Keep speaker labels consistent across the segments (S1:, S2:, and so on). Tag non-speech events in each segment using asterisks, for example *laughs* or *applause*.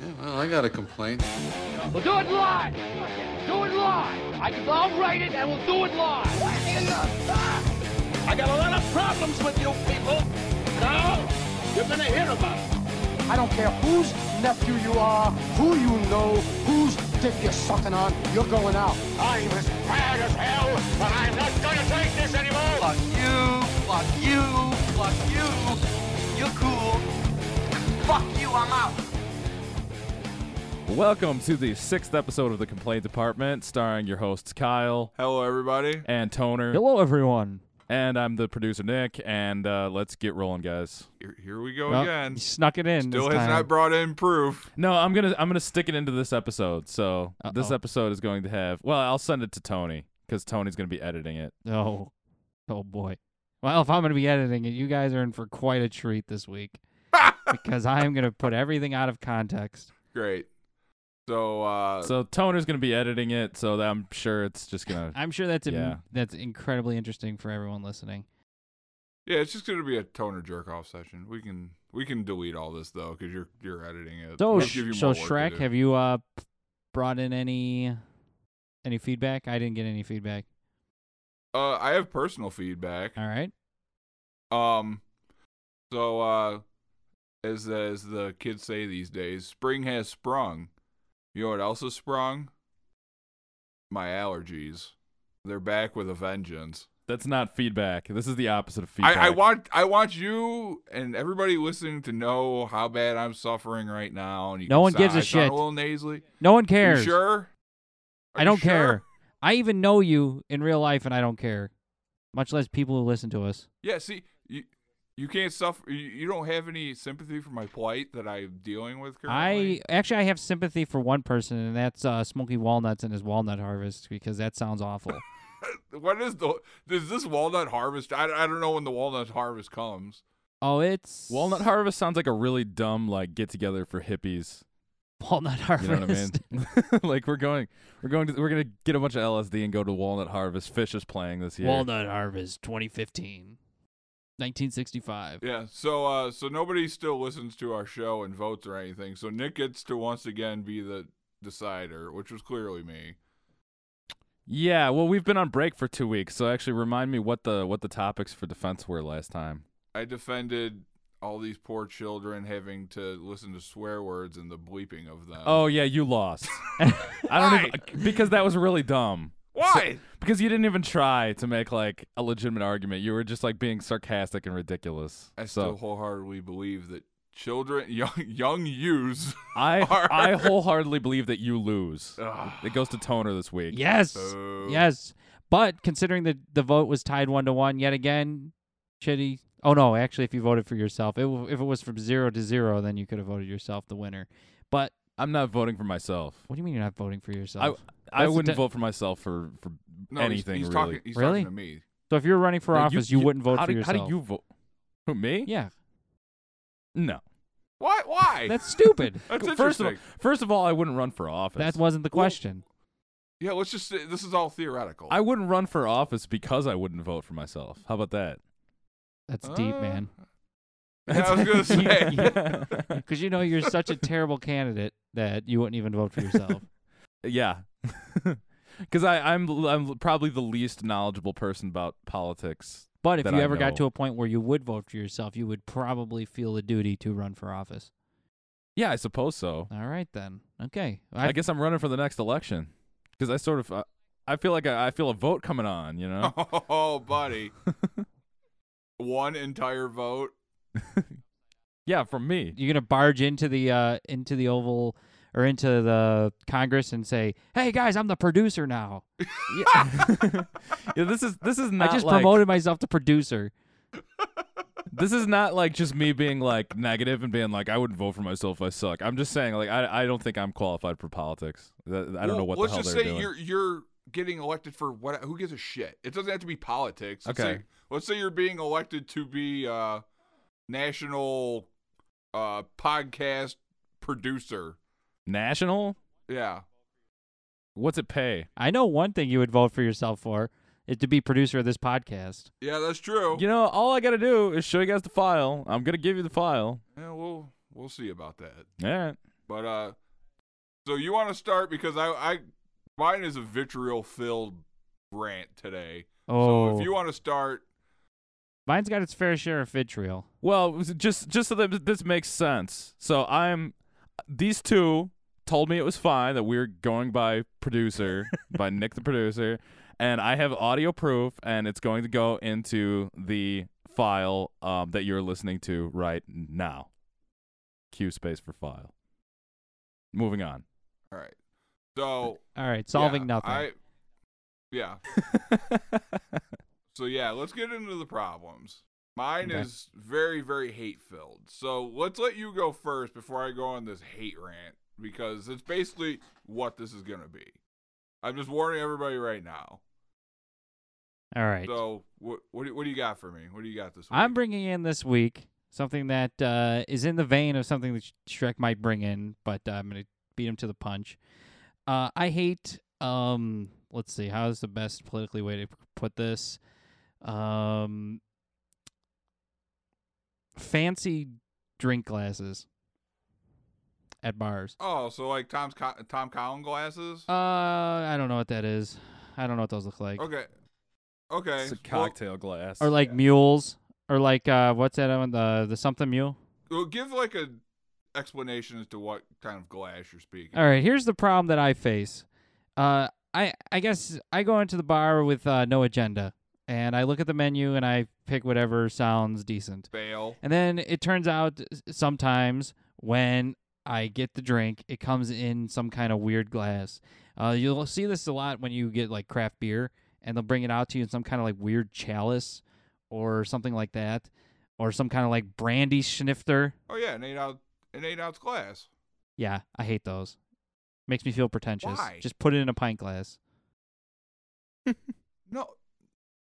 S1: Yeah, well, I got a complaint.
S2: We'll do it live. Do it live. I, I'll write it and we'll do it live.
S3: I got a lot of problems with you people. Now, you're going to hear about it.
S4: I don't care whose nephew you are, who you know, whose dick you're sucking on, you're going out.
S3: I'm as mad as hell, but I'm not going to take this anymore.
S5: Fuck you, fuck you, fuck you. You're cool. Fuck you, I'm out.
S6: Welcome to the sixth episode of the Complaint Department, starring your hosts Kyle
S7: Hello, everybody.
S6: and Toner.
S8: Hello, everyone.
S6: And I'm the producer Nick, and uh, let's get rolling, guys.
S7: Here, here we go
S8: Well,
S7: again.
S8: he snuck it in.
S7: Oh, Still
S8: this
S7: has
S8: time.
S7: not brought in proof.
S6: No, I'm gonna I'm gonna stick it into this episode. So this
S8: Uh-oh.
S6: episode is going to have well, I'll send it to Tony because Tony's gonna be editing it.
S8: Oh, oh boy. Well, if I'm going to be editing it, you guys are in for quite a treat this week
S7: *laughs*
S8: because I am going to put everything out of context.
S7: Great. So, uh,
S6: so Toner's gonna be editing it, so that I'm sure it's just gonna.
S8: I'm sure that's im-
S6: Yeah.
S8: that's incredibly interesting for everyone listening.
S7: yeah, it's just going to be a toner jerk off session. We can we can delete all this though because you're you're editing it.
S8: So,
S7: We'll
S8: Sh-
S7: give you
S8: so
S7: more work to
S8: Shrek,
S7: do.
S8: have you uh p- brought in any any feedback? I didn't get any feedback.
S7: Uh, I have personal feedback.
S8: All right.
S7: Um, so uh, as as the kids say these days, spring has sprung. You know what else has sprung? My allergies. They're back with a vengeance.
S6: That's not feedback. This is the opposite of feedback.
S7: I, I want I want you and everybody listening to know how bad I'm suffering right now. And you
S8: No
S7: can
S8: one
S7: sou-
S8: gives a
S7: I sound
S8: shit.
S7: A little nasally.
S8: No one
S7: You
S8: cares.
S7: sure? Are
S8: I
S7: you
S8: don't
S7: sure?
S8: care. I even know you in real life, and I don't care. Much less people who listen to us.
S7: Yeah. See, you you can't suffer. You, you don't have any sympathy for my plight that I'm dealing with currently.
S8: I actually I have sympathy for one person, and that's uh, Smoky Walnuts and his walnut harvest because that
S6: *laughs*
S8: sounds awful.
S7: What is the? Is this walnut harvest? I, I don't know when the walnut harvest comes.
S8: oh, it's
S6: Walnut Harvest sounds like a really dumb like get together for hippies.
S8: *laughs* walnut harvest.
S6: You know *laughs* what I mean? like we're going, we're going to, we're gonna get a bunch of LSD and go to Walnut Harvest. Fish is playing this year.
S8: Walnut harvest, 2015, 1965.
S7: Yeah. So uh, so nobody still listens to our show and votes or anything. So Nick gets to once again be the decider, which was clearly me.
S6: Yeah. Well, we've been on break for two weeks, so actually remind me what the what the topics for defense were last time.
S7: I defended all these poor children having to listen to swear words and the bleeping of them.
S6: Oh yeah, you *laughs* lost. I don't even, because that was really dumb.
S7: why?
S6: Because you didn't even try to make like a legitimate argument. You were just like being sarcastic and ridiculous.
S7: I
S6: so
S7: still
S6: *laughs*
S7: wholeheartedly believe that children, *laughs* young young
S6: *laughs*
S7: youths,
S6: I
S7: are-
S6: I wholeheartedly believe that you lose.
S7: Ugh.
S6: It goes to Toner this week.
S8: Yes,
S7: Boo.
S8: yes. But considering the the vote was tied one to one yet again, shitty. Oh no, actually, if you voted for yourself, it, w- if it was from zero to zero, then you could have voted yourself the winner. But
S6: I'm not voting for myself.
S8: what do you mean you're not voting for yourself?
S6: I I
S8: That's the
S6: wouldn't
S8: de-
S6: vote for myself for for
S7: no, he's-
S6: anything
S7: he's,
S6: really.
S7: talking, he's
S8: Really?
S7: talking to me.
S8: so if you were running for
S6: No,
S8: office, you, wouldn't vote
S6: how
S8: for
S6: do,
S8: yourself.
S6: How do you vote? Who me? *laughs*
S8: Yeah,
S6: No.
S7: Why? Why?
S8: that's stupid.
S7: That's
S6: first
S7: interesting.
S6: of all, first of all, I wouldn't run for office.
S8: that wasn't the
S7: Well-
S8: question.
S7: yeah, let's just. say- This is all theoretical.
S6: I wouldn't run for office because I wouldn't vote for myself. How about that?
S8: That's deep,
S7: Uh,
S8: man.
S7: Yeah, I was
S6: *laughs*
S7: gonna say.
S8: Because you know you're such a terrible candidate that you wouldn't even vote for yourself.
S6: yeah. *laughs* Because I'm I'm probably the least knowledgeable person about politics.
S8: But if
S6: That
S8: you
S6: I
S8: ever got to
S6: know.
S8: a point where you would vote for yourself, you would probably feel the duty to run for office.
S6: Yeah, I suppose so.
S8: All right then. Okay.
S6: I, guess I'm running for the next election because I sort of uh, I feel like I, I feel a vote coming on.
S7: *laughs*
S6: You know.
S7: *laughs* oh,
S6: *laughs*
S7: buddy, one entire vote.
S6: yeah, from me.
S8: you're gonna barge into the uh, into the Oval or into the Congress and say, "Hey guys, I'm the producer now. *laughs*
S6: Yeah. *laughs* Yeah, this is this is not
S8: I just
S6: like,
S8: promoted myself to producer."
S6: this is not like just me being like negative and being like I wouldn't vote for myself. I suck. I'm just saying like I I don't think I'm qualified for politics. That- I don't know
S7: Well,
S6: what
S7: Let's
S6: the hell
S7: just
S6: they're
S7: say
S6: doing.
S7: you're you're getting elected for what? Who gives a shit? It doesn't have to be politics. Let's
S6: Okay.
S7: Say, let's say you're being elected to be uh, national uh, podcast producer.
S6: National?
S7: Yeah.
S6: What's it pay?
S8: I know one thing you would vote for yourself for is to be producer of this podcast.
S7: Yeah, that's true.
S6: You know, all I gotta do is show you guys the file. I'm gonna give you the file.
S7: Yeah, we'll we'll see about that.
S6: All right.
S7: But uh, so you want to start because I, I, mine is a vitriol filled rant today.
S8: Oh,
S7: So if you want to start,
S8: mine's got its fair share of vitriol.
S6: Well, it was just just so that this makes sense. So I'm these two told me it was fine that we are going by producer by Nick the producer, and I have audio proof, and it's going to go into the file um, that you're listening to right now. Q space for file. Moving on.
S7: all right. So
S8: All right, solving
S7: yeah,
S8: nothing.
S7: I,
S8: *laughs*
S7: yeah. So yeah, let's get into the problems. Mine
S8: Okay.
S7: is very, very hate filled. So let's let you go first before I go on this hate rant because it's basically what this is gonna be. I'm just warning everybody right now.
S8: All right.
S7: So what what do, what do you got for me? What do you got this week?
S8: I'm bringing in this week something that uh, is in the vein of something that Sh- Shrek might bring in, but uh, I'm going to beat him to the punch. Uh, I hate. Um, let's see. How's the best politically way to p- put this? Um, fancy drink glasses at bars.
S7: oh, so like Tom's Co- Tom Collin glasses?
S8: Uh, I don't know what that is. I don't know what those look like.
S7: okay, okay.
S6: It's a
S7: well-
S6: cocktail glass.
S8: Or like mules. Or like uh, what's that on the the something mule?
S7: Well, give like a explanation as to what kind of glass you're speaking.
S8: All right, here's the problem that I face. Uh, I I guess I go into the bar with uh, no agenda, and I look at the menu and I pick whatever sounds decent.
S7: Fail.
S8: And then it turns out s- sometimes when I get the drink, it comes in some kind of weird glass. Uh, you'll see this a lot when you get like craft beer, and they'll bring it out to you in some kind of like weird chalice or something like that, or some kind of like brandy schnifter.
S7: Oh yeah, an eight ounce an eight ounce glass.
S8: Yeah, I hate those. Makes me feel pretentious.
S7: Why?
S8: Just put it in a pint glass.
S7: No,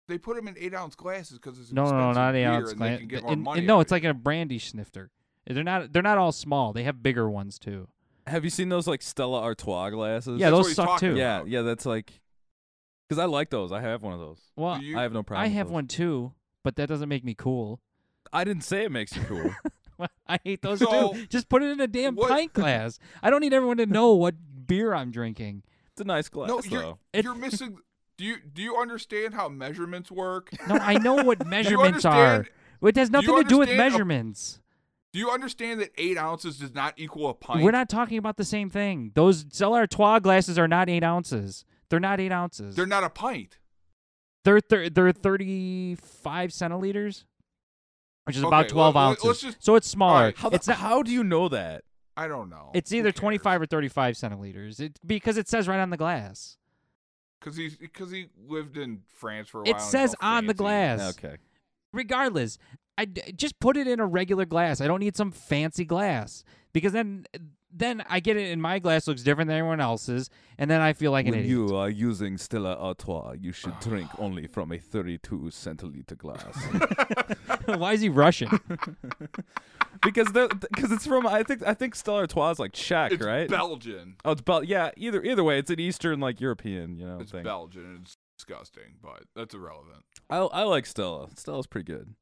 S7: they put them in eight ounce glasses because it's
S8: No, no, no,
S7: expensive
S8: not eight
S7: beer
S8: ounce
S7: and
S8: glass.
S7: They can get
S8: Th-
S7: more
S8: and-
S7: money
S8: and no,
S7: out
S8: it's
S7: of
S8: like a brandy snifter. They're not. They're not all small. They have bigger ones too.
S6: have you seen those like Stella Artois glasses?
S8: Yeah,
S7: That's what
S8: those
S7: he's
S8: suck
S7: talking
S8: too.
S7: about.
S6: yeah, yeah. That's like because I like those. I have one of those.
S7: it.
S8: Well,
S7: Do you-
S6: I have no problem.
S8: I
S6: with
S8: have
S6: those.
S8: one too, but that doesn't make me cool. *laughs*
S6: I didn't say it makes you cool.
S8: Well, I hate those
S7: So,
S8: too. Just put it in a damn
S7: what- *laughs*
S8: pint glass. I don't need everyone to know what beer I'm drinking.
S6: It's a nice glass,
S7: no,
S6: though.
S7: you're,
S8: It-
S7: you're missing. Do you do you understand how measurements work?
S8: No, I know
S7: *laughs*
S8: what measurements are.
S7: understand-
S8: It has
S7: you
S8: nothing to do
S7: understand
S8: with
S7: oh, a-
S8: measurements.
S7: Do you understand that eight ounces does not equal a pint?
S8: We're not talking about the same thing. Those Cellar Trois glasses are not eight ounces. They're not eight ounces.
S7: They're not a pint.
S8: They're thir- they're 35 centiliters, which is about
S7: Okay,
S8: 12
S7: well,
S8: ounces.
S7: let- let's just-
S8: so it's smaller.
S7: right,
S6: How, the-
S8: it's not.
S6: how do you know that?
S7: I don't know.
S8: It's either 25 or 35 centiliters. It because it says right on the glass.
S7: because he because he lived in France for a while.
S8: It
S7: and he's
S8: says
S7: all
S8: on the
S7: fancy.
S8: glass. Regardless, I d- just put it in a regular glass. I don't need some fancy glass because then then I get it and my glass looks different than everyone else's, and then I feel like an idiot.
S6: are using Stella Artois, you *sighs* should drink only from a 32 centiliter glass. *laughs*
S8: *laughs* Why is
S7: *laughs*
S8: he Russian?
S6: because they're- cause it's from I think I think Stella Artois is like Czech,
S7: It's
S6: right?
S7: Belgian.
S6: oh, it's Bel. Yeah, either either way, it's an Eastern like European, you know
S7: It's
S6: thing.
S7: Belgian. It's disgusting, but that's irrelevant.
S6: I I like Stella. Stella's pretty good.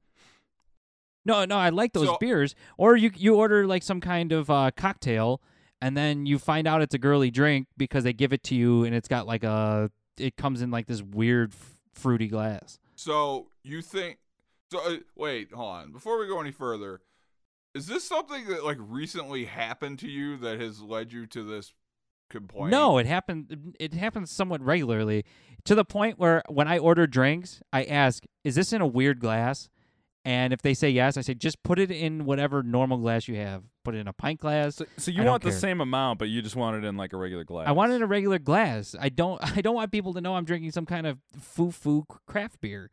S8: No, no, I like those
S7: So-
S8: beers. Or you you order like some kind of uh, cocktail, and then you find out it's a girly drink because they give it to you, and it's got like a it comes in like this weird f- fruity glass.
S7: So you think? So uh, wait, hold on. Before we go any further, is this something that like recently happened to you that has led you to this complaint?
S8: No, it happened. It happens somewhat regularly, to the point where when I order drinks, I ask, "Is this in a weird glass?" And if they say yes, I say, "Just put it in whatever normal glass you have. Put it in a pint glass."
S6: So, so you
S8: I don't
S6: want the
S8: care.
S6: same amount, but you just want it in like a regular glass.
S8: I want it in a regular glass. I don't. *laughs* I don't want people to know I'm drinking some kind of foo foo craft beer.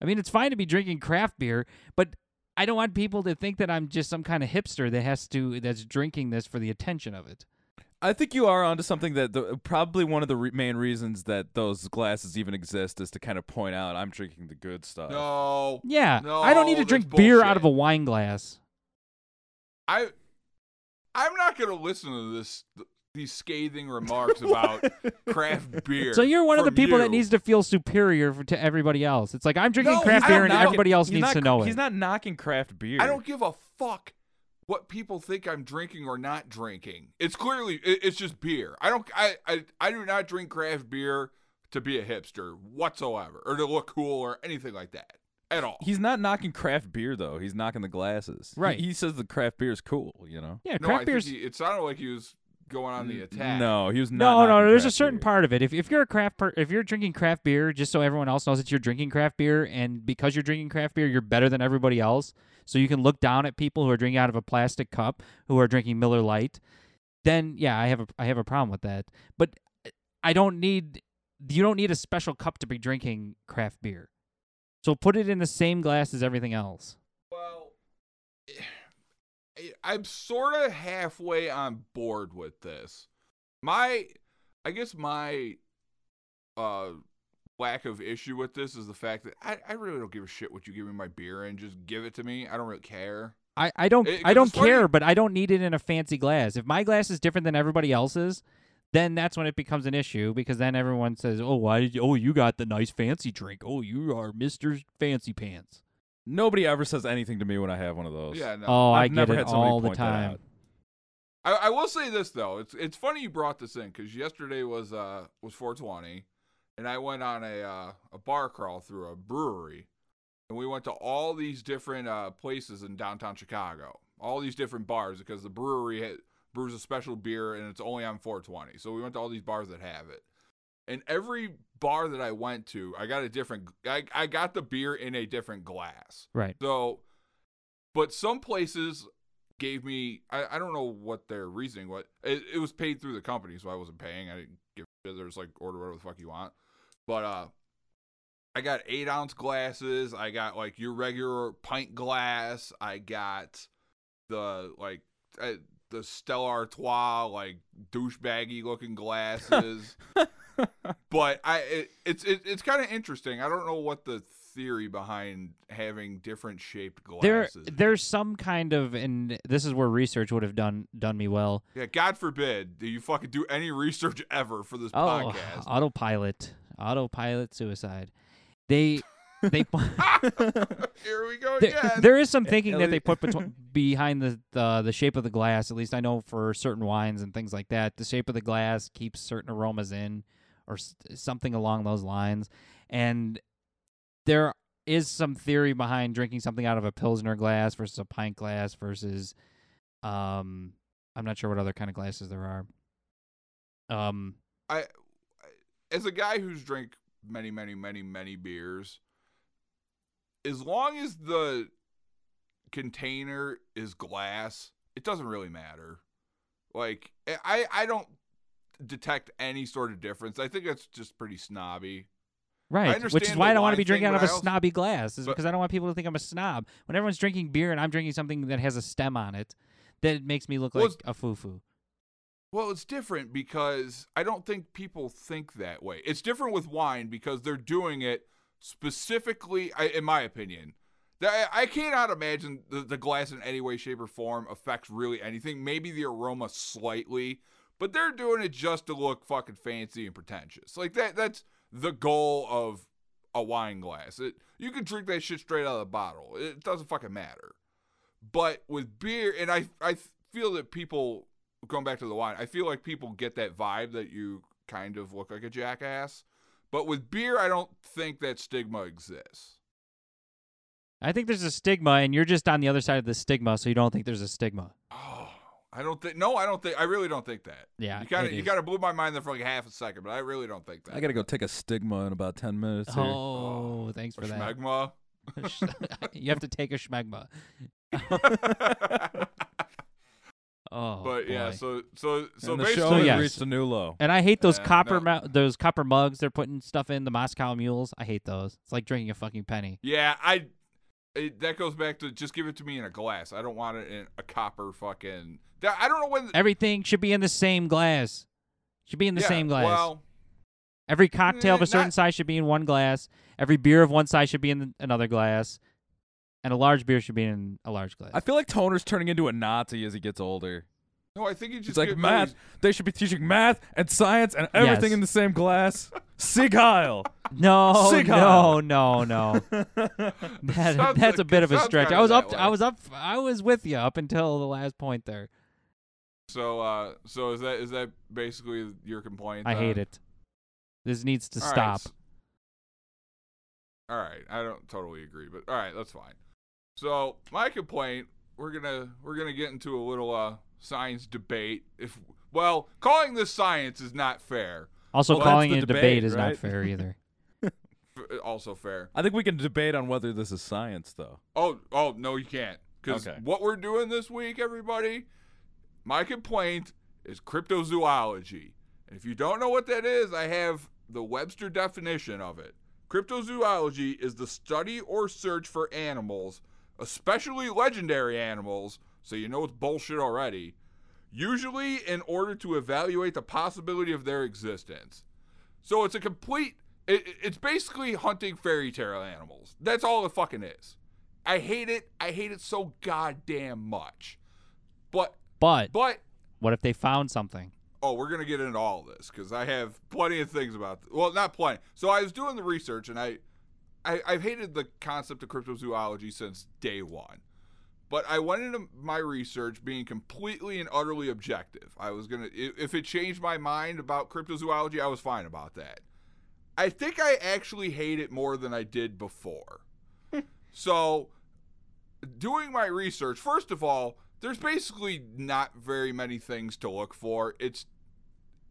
S8: I mean, it's fine to be drinking craft beer, but I don't want people to think that I'm just some kind of hipster that has to that's drinking this for the attention of it.
S6: I think you are onto something that the, probably one of the re- main reasons that those glasses even exist is to kind of point out I'm drinking the good stuff.
S7: No.
S8: Yeah, I don't need
S7: No,
S8: to drink
S7: that's
S8: beer out of a
S7: bullshit.
S8: wine glass.
S7: I. I'm not gonna listen to this. These
S8: *laughs*
S7: scathing remarks about craft beer.
S8: So you're one of the
S7: from
S8: people
S7: you.
S8: that needs to feel superior for, to everybody else. It's like I'm drinking
S7: No,
S8: craft
S7: he's
S8: beer
S7: not
S8: and
S7: knocking-
S8: everybody else
S6: he's
S8: needs
S6: not-
S8: to know
S6: He's
S8: it.
S6: not knocking craft beer.
S7: I don't give a fuck what people think I'm drinking or not drinking. It's clearly it, it's just beer. I don't I, I I do not drink craft beer to be a hipster whatsoever or to look cool or anything like that at all.
S6: He's not knocking craft beer though. He's knocking the glasses. He-
S8: Right.
S6: He, says the craft beer is cool. You know.
S8: Yeah,
S7: no, I
S8: craft
S7: think
S8: beers.
S7: he, it sounded like he was going on the attack.
S6: No, he was not.
S8: no, no,
S6: knocking
S8: there's a
S6: craft
S8: certain
S6: beer.
S8: part of it. If, if you're a craft per- if you're drinking craft beer just so everyone else knows that you're drinking craft beer and because you're drinking craft beer you're better than everybody else. So you can look down at people who are drinking out of a plastic cup who are drinking Miller Lite. Then yeah, I have a I have a problem with that. But I don't need you don't need a special cup to be drinking craft beer. So put it in the same glass as everything else.
S7: Well, I- I'm sort of halfway on board with this. My, I guess my, uh, lack of issue with this is the fact that I, I really don't give a shit what you give me my beer and just give it to me. I don't really care.
S8: I, I don't
S7: It-
S8: I
S7: 'cause
S8: don't
S7: it's funny-
S8: care, but I don't need it in a fancy glass. If my glass is different than everybody else's, then that's when it becomes an issue because then everyone says, "Oh, why did you? Oh, you got the nice fancy drink. Oh, you are Mister Fancy Pants."
S6: Nobody ever says anything to me when I have one of those.
S7: Yeah, no.
S8: oh, I
S6: I've
S8: get
S6: never
S8: it
S6: had somebody
S8: all the
S6: point that
S8: time.
S6: out.
S7: I, I will say this though. It's it's funny you brought this in because yesterday was uh was 420, and I went on a uh, a bar crawl through a brewery, and we went to all these different uh, places in downtown Chicago, all these different bars because the brewery had, brews a special beer and it's only on 420. So we went to all these bars that have it, and every bar that I went to, I got a different. I I got the beer in a different glass.
S8: Right.
S7: So, but some places gave me, I, I don't know what their reasoning was. It, it was paid through the company, so I wasn't paying. I didn't give a shit. There's like, order whatever the fuck you want. But, uh, I got eight ounce glasses. I got like your regular pint glass. I got the like uh, the Stella Artois like douchebaggy looking
S8: *laughs*
S7: glasses. but I it, it's it, it's kind of interesting. I don't know what the theory behind having different shaped
S8: There,
S7: glasses.
S8: there's some kind of, and this is where research would have done done me well.
S7: yeah, God forbid that you fucking do any research ever for this
S8: Oh,
S7: podcast.
S8: autopilot, autopilot suicide. They, they. *laughs*
S7: *laughs* Here we go
S8: There-
S7: again.
S8: there is some thinking that
S6: Ellie-
S8: they put between, behind the, the the shape of the glass. At least I know for certain wines and things like that, the shape of the glass keeps certain aromas in, or s- something along those lines. And there is some theory behind drinking something out of a pilsner glass versus a pint glass versus, um, I'm not sure what other kind of glasses there are. Um,
S7: I, as a guy who's drank many, many, many, many beers, as long as the container is glass, it doesn't really matter. Like I, I don't detect any sort of difference. I think that's just pretty snobby.
S8: Right, which is
S7: understand
S8: why
S7: the
S8: I don't want to
S7: wine
S8: be drinking
S7: thing,
S8: out of
S7: but
S8: a
S7: I also-
S8: snobby glass, is
S7: but-
S8: because I don't want people to think I'm a snob. When everyone's drinking beer and I'm drinking something that has a stem on it, that it makes me look
S7: Well,
S8: like
S7: it's-
S8: a foo-foo.
S7: Well, it's different because I don't think people think that way. It's different with wine because they're doing it specifically, I, in my opinion. Th- I, I cannot imagine the, the glass in any way, shape, or form affects really anything. Maybe the aroma slightly, but they're doing it just to look fucking fancy and pretentious. Like that. That's the goal of a wine glass. It, you can drink that shit straight out of the bottle. It doesn't fucking matter. But with beer, and I, I feel that people going back to the wine, I feel like people get that vibe that you kind of look like a jackass. But with beer, I don't think that stigma exists.
S8: I think there's a stigma, and you're just on the other side of the stigma, so you don't think there's a stigma.
S7: Oh, I don't think. No, I don't think. I really don't think that.
S8: Yeah,
S7: you kind
S8: it
S7: of you
S8: is.
S7: kind of blew my mind there for like half a second, but I really don't think that.
S6: I gotta go take a stigma in about ten minutes. Here.
S8: Oh, thanks
S7: Or
S8: for that.
S7: schmegma. *laughs*
S8: *laughs* you have to take a schmegma. *laughs* Oh,
S7: but yeah,
S8: boy.
S7: so so so
S6: and the
S7: basically,
S6: show
S8: So
S6: has
S8: yes.
S6: reached a new low.
S8: and I hate those
S7: Uh,
S8: copper
S7: no.
S8: mu- those copper mugs they're putting stuff in the Moscow mules. I hate those. It's like drinking a fucking penny.
S7: yeah, I. It, that goes back to just give it to me in a glass. I don't want it in a copper fucking. That, I don't know when.
S8: Everything should be in the same glass. Should be in the
S7: yeah,
S8: same glass.
S7: Well,
S8: Every cocktail of
S7: Eh,
S8: a certain
S7: not-
S8: size should be in one glass. Every beer of one size should be in th- another glass. And a large beer should be in a large glass.
S6: I feel like Toner's turning into a Nazi as he gets older.
S7: No, I think you just
S6: It's like
S7: get
S6: math.
S7: really-
S6: They should be teaching math and science and everything
S8: Yes.
S6: in the same class. Sig Heil. *laughs*
S8: No,
S6: Sick
S8: no, no, no. That-
S7: sounds
S8: that's
S7: like-
S8: a bit of a
S7: sounds
S8: stretch.
S7: kinda
S8: I was
S7: that
S8: up.
S7: way.
S8: I was up. I was with you up until the last point there.
S7: So, uh, so is that is that basically your complaint?
S8: I hate
S7: then?
S8: it. This needs to
S7: All right,
S8: stop.
S7: s- All right, I don't totally agree, but all right, that's fine. So my complaint, we're gonna we're gonna get into a little uh science debate. If well, calling this science is not fair.
S8: Also,
S6: Well, that's
S8: calling
S6: the
S8: it a debate,
S6: debate,
S8: is not
S6: right?
S8: fair either.
S7: F- also fair.
S6: I think we can debate on whether this is science, though.
S7: Oh, oh no, you can't. Because
S6: Okay.
S7: what we're doing this week, everybody, my complaint is cryptozoology. And if you don't know what that is, I have the Webster definition of it. Cryptozoology is the study or search for animals, especially legendary animals, so you know it's bullshit already, usually in order to evaluate the possibility of their existence. So it's a complete. It, it- it's basically hunting fairy tale animals. That's all it fucking is. I hate it. I hate it so goddamn much. But
S8: But
S7: but
S8: what if they found something?
S7: oh, we're gonna get into all this because I have plenty of things about. well, not plenty. So I was doing the research, and I, I I've hated the concept of cryptozoology since day one. But I went into my research being completely and utterly objective. I was gonna i- if it changed my mind about cryptozoology, I was fine about that. I think I actually hate it more than I did before. so doing my research, first of all, there's basically not very many things to look for. It's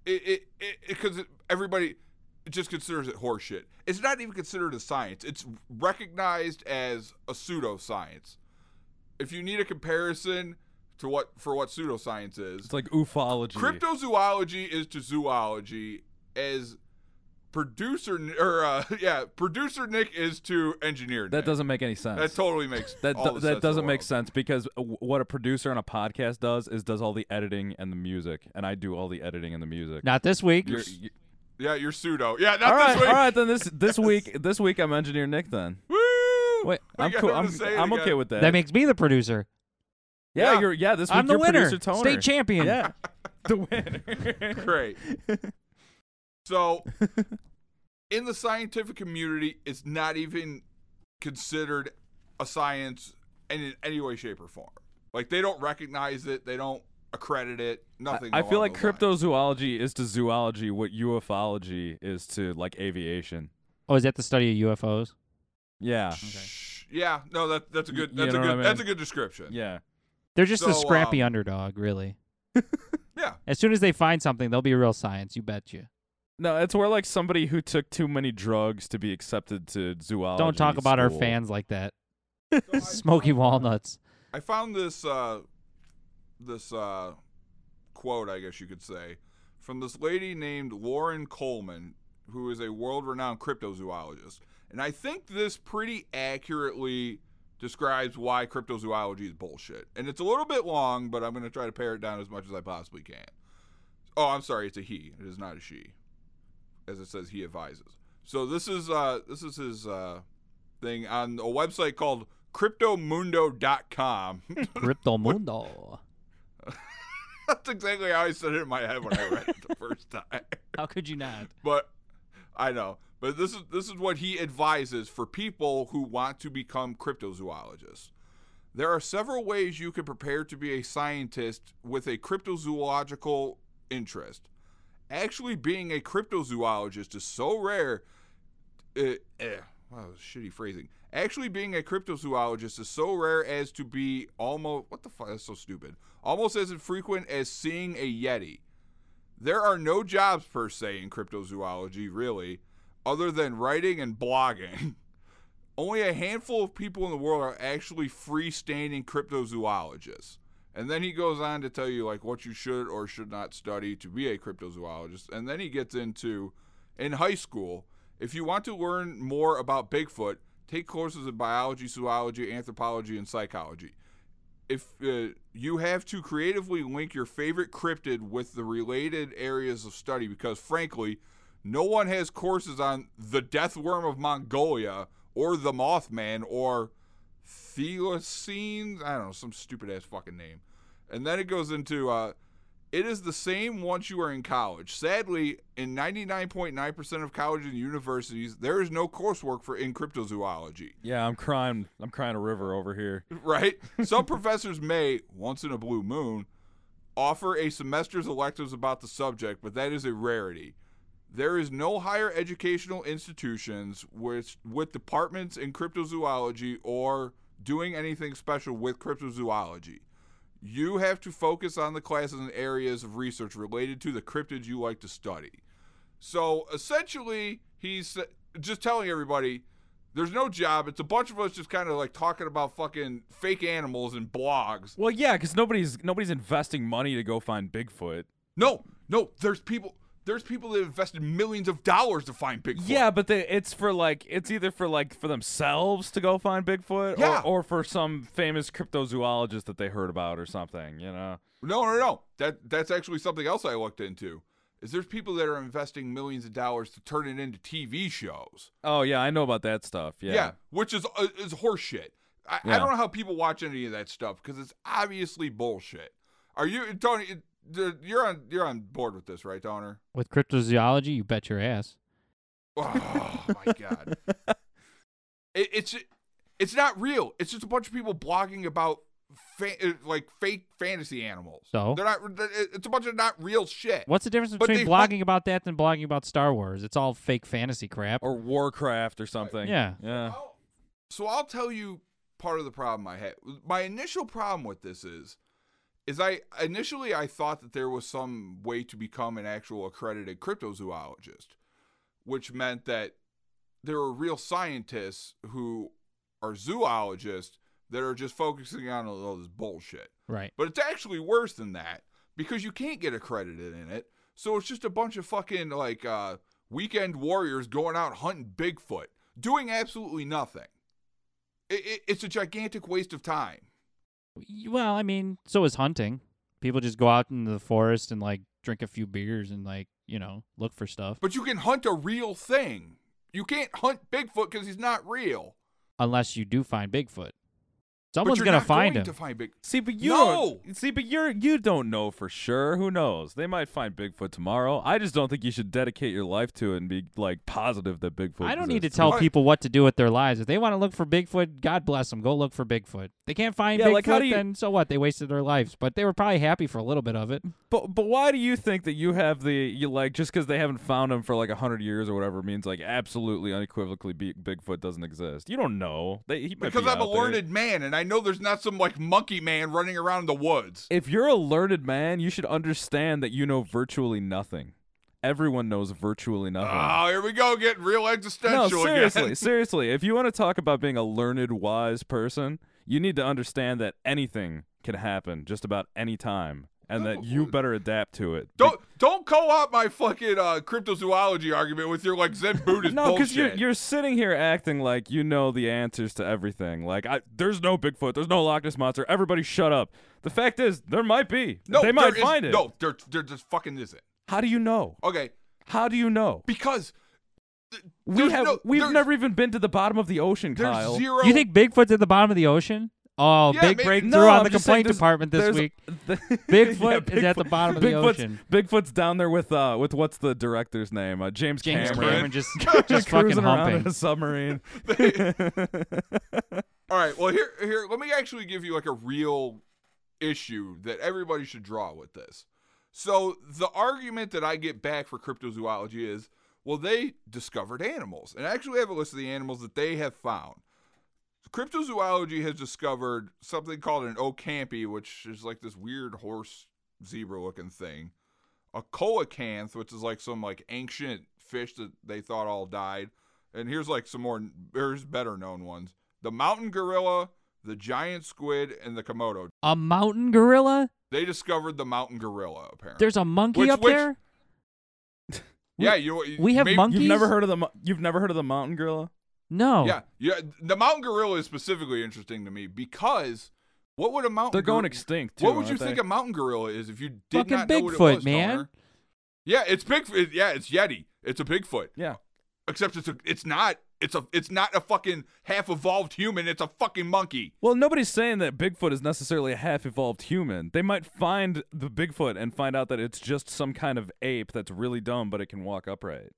S7: it it because everybody just considers it horseshit. It's not even considered a science. It's recognized as a pseudoscience. If you need a comparison to what for what pseudoscience is,
S6: It's like ufology.
S7: Cryptozoology is to zoology as producer or uh, *laughs* yeah, producer Nick is to engineer.
S6: That
S7: Nick.
S6: doesn't make any sense.
S7: That totally makes
S6: that,
S7: all the
S6: do-
S7: sense in
S6: that
S7: the
S6: doesn't make
S7: world.
S6: sense because w- what a producer on a podcast does is does all the editing and the music, and I do all the editing and the music.
S8: Not this week.
S6: You're-
S7: s-
S6: you-
S7: Yeah, you're pseudo. Yeah, not
S6: all
S7: this
S6: right,
S7: week.
S6: all right. Then this this week this week I'm engineer Nick. Then
S7: Woo!
S6: wait,
S7: We
S6: I'm
S7: got
S6: cool.
S7: him
S6: I'm
S7: to say it
S6: I'm
S7: again.
S6: okay with that.
S8: That makes me the producer.
S6: yeah,
S7: Yeah.
S6: you're yeah. This week
S8: I'm the
S6: you're
S8: winner.
S6: producer Toner.
S8: State champion.
S6: Yeah, *laughs* the
S7: *laughs* *laughs*
S6: winner.
S7: Great. So,
S6: *laughs*
S7: in the scientific community, it's not even considered a science in in any way, shape, or form. Like they don't recognize it. They don't accredit it. Nothing.
S6: I feel
S7: along
S6: like
S7: those lines.
S6: cryptozoology is to zoology what ufology is to like aviation.
S8: Oh, is that the study of UFOs?
S6: Yeah,
S7: Shh. Yeah, no, that that's a
S6: Y-
S7: good
S6: you
S7: that's a
S6: know
S7: good
S6: what I
S7: that's a
S6: mean?
S7: good description.
S6: yeah.
S8: They're just the
S7: So,
S8: scrappy
S7: um,
S8: underdog, really.
S7: Yeah.
S8: As soon as they find something, they'll be real science. You bet you.
S6: No, it's more like somebody who took too many drugs to be accepted to zoology.
S8: Don't talk about our
S6: school.
S8: fans
S7: *laughs*
S8: like that. *laughs* Smoky walnuts.
S7: I found this uh this uh quote, I guess you could say, from this lady named Lauren Coleman, who is a world-renowned cryptozoologist. And I think this pretty accurately describes why cryptozoology is bullshit. And it's a little bit long, but I'm going to try to pare it down as much as I possibly can. Oh, I'm sorry, it's a he. It is not a she. As it says he advises. So this is uh this is his uh thing on a website called cryptomundo.com.
S8: Crypto Mundo.
S7: *laughs* That's exactly how I said it in my head when I read it the first time.
S8: How could you not?
S7: But I know. But this is this is what he advises for people who want to become cryptozoologists. There are several ways you can prepare to be a scientist with a cryptozoological interest. Actually, being a cryptozoologist is so rare. Uh, eh, wow, shitty phrasing. Actually, being a cryptozoologist is so rare as to be almost what the fuck? That's so stupid. Almost as infrequent as seeing a yeti. There are no jobs per se in cryptozoology, really, other than writing and blogging. *laughs* Only a handful of people in the world are actually freestanding cryptozoologists. And then he goes on to tell you like what you should or should not study to be a cryptozoologist. And then he gets into in high school, if you want to learn more about Bigfoot, take courses in biology, zoology, anthropology, and psychology if uh, you have to creatively link your favorite cryptid with the related areas of study because frankly no one has courses on the death worm of mongolia or the mothman or thelocines i don't know some stupid ass fucking name and then it goes into uh, It is the same once you are in college. Sadly, in 99.9% of colleges and universities, there is no coursework for in cryptozoology. *laughs*
S6: Yeah, I'm crying. I'm crying a river over here.
S7: right? Some professors may, once in a blue moon, offer a semester's electives about the subject, but that is a rarity. There is no higher educational institutions which, with departments in cryptozoology or doing anything special with cryptozoology. You have to focus on the classes and areas of research related to the cryptids you like to study. So essentially, he's just telling everybody there's no job. It's a bunch of us just kind of like talking about fucking fake animals and blogs.
S6: Well, yeah, because nobody's nobody's investing money to go find Bigfoot.
S7: No, no, there's people. There's people that invested millions of dollars to find Bigfoot.
S6: Yeah, but they, it's for like it's either for like for themselves to go find Bigfoot,
S7: Yeah.
S6: or, or for some famous cryptozoologist that they heard about or something. You know,
S7: No, no, no. That that's actually something else I looked into. Is there's people that are investing millions of dollars to turn it into TV shows.
S6: Oh yeah, I know about that stuff. Yeah.
S7: which is uh, is horseshit. I, I
S6: Yeah.
S7: don't know how people watch any of that stuff because it's obviously bullshit. Are you Tony? it- You're on you're on board with this, right, Donner?
S8: With cryptozoology, you bet your ass.
S7: Oh my god! It, it's it's not real. It's just a bunch of people blogging about fa- uh, like fake fantasy animals.
S8: So?
S7: they're not. it- It's a bunch of not real shit.
S8: What's the difference
S7: But
S8: between
S7: they
S8: blogging
S7: hunt-
S8: about that than blogging about Star Wars? It's all fake fantasy crap.
S6: Or Warcraft or something.
S8: Uh, Yeah.
S6: Yeah.
S7: I'll- So I'll tell you part of the problem I had. My initial problem with this is, is I initially I thought that there was some way to become an actual accredited cryptozoologist, which meant that there are real scientists who are zoologists that are just focusing on all this bullshit.
S8: Right.
S7: But it's actually worse than that because you can't get accredited in it. So it's just a bunch of fucking like uh, weekend warriors going out hunting Bigfoot, doing absolutely nothing. It, it, it's a gigantic waste of time.
S8: Y- Well, I mean, so is hunting. People just go out into the forest and like drink a few beers and like, you know, look for stuff.
S7: But you can hunt a real thing. You can't hunt Bigfoot because he's not real.
S8: Unless you do find Bigfoot.
S7: But
S8: Someone's
S7: you're
S8: gonna
S7: not
S8: find
S7: going To
S8: him.
S7: find Big-
S6: See, but you
S7: No!
S6: don't, see, but you're you don't know for sure. Who knows? They might find Bigfoot tomorrow. I just don't think you should dedicate your life to it and be like positive that Bigfoot.
S8: I don't need to
S6: exists.
S8: tell
S7: Right.
S8: people what to do with their lives. If they want to look for Bigfoot, God bless them. Go look for Bigfoot. They can't find
S6: Yeah,
S8: Bigfoot,
S6: like, how do you-
S8: then so what? They wasted their lives, but they were probably happy for a little bit of it.
S6: But but why do you think that you have the you like just because they haven't found him for like a hundred years or whatever means like absolutely unequivocally Bi- Bigfoot doesn't exist? You don't know. They, he might
S7: Because
S6: be
S7: I'm a
S6: out there.
S7: learned man and I know there's not some like monkey man running around in the woods.
S6: If you're a learned man, you should understand that you know virtually nothing. Everyone knows virtually nothing.
S7: Oh, here we go, getting real
S6: no,
S7: existential
S6: seriously,
S7: *laughs* again.
S6: seriously. If you want to talk about being a learned, wise person, you need to understand that anything can happen just about any time, and that you better adapt to it.
S7: Don't don't co-op my fucking uh, cryptozoology argument with your like Zen Buddhist
S6: *laughs* no,
S7: bullshit.
S6: you're you're sitting here acting like you know the answers to everything. Like, I, there's no Bigfoot, there's no Loch Ness monster. Everybody, shut up. The fact is, there might be.
S7: no,
S6: they might
S7: there is-
S6: find it.
S7: No, there there just fucking isn't.
S6: How do you know?
S7: Okay,
S6: How do you know?
S7: because th-
S6: We
S7: there's
S6: have
S7: no-
S6: we've
S7: there's-
S6: never even been to the bottom of the ocean,
S7: there's
S6: Kyle.
S7: zero.
S8: You think Bigfoot's at the bottom of the ocean? Oh,
S7: Yeah,
S8: big
S7: maybe-
S8: breakthrough
S6: No,
S8: on
S6: I'm
S8: the
S6: just saying
S8: complaint
S6: there's-
S8: department this
S6: there's-
S8: week.
S6: *laughs* the-
S8: Bigfoot is at the
S6: Bigfoot-
S8: bottom of the
S6: Bigfoot's-
S8: ocean.
S6: Bigfoot's down there with uh with what's the director's name? Uh, James,
S8: James Cameron,
S6: Cameron.
S8: just
S6: *laughs* Just
S8: just fucking
S6: cruising around in
S8: humping.
S6: a
S8: *laughs*
S6: submarine.
S7: All right, well here here let me actually give you like a real issue that everybody should draw with this. So the argument that I get back for cryptozoology is, well, they discovered animals, and I actually have a list of the animals that they have found. Cryptozoology has discovered something called an ocampy, which is like this weird horse zebra looking thing, a coelacanth, which is like some like ancient fish that they thought all died, and here's like some more here's better known ones: the mountain gorilla, the giant squid, and the komodo.
S8: A mountain gorilla?
S7: They discovered the mountain gorilla. Apparently,
S8: There's a monkey
S7: Which-
S8: up
S7: which-
S8: there?
S7: yeah, you you-
S8: we have
S7: maybe-
S8: monkeys.
S6: you've never heard of the mo- you've never heard of the mountain gorilla?
S8: No.
S7: Yeah, yeah. The mountain gorilla is specifically interesting to me because what would a mountain?
S6: They're going
S7: gor-
S6: extinct. Too,
S7: What would you
S6: aren't
S7: think
S6: they?
S7: a mountain gorilla is if you did
S8: Fucking
S7: not know what it
S8: Bigfoot,
S7: was,
S8: man.
S7: Donner? Yeah, it's Bigfoot. Yeah, it's Yeti. It's a Bigfoot.
S6: Yeah.
S7: Except it's a, it's not. It's a it's not a fucking half evolved human, it's a fucking monkey.
S6: Well, nobody's saying that Bigfoot is necessarily a half evolved human. They might find the Bigfoot and find out that it's just some kind of ape that's really dumb, but it can walk upright.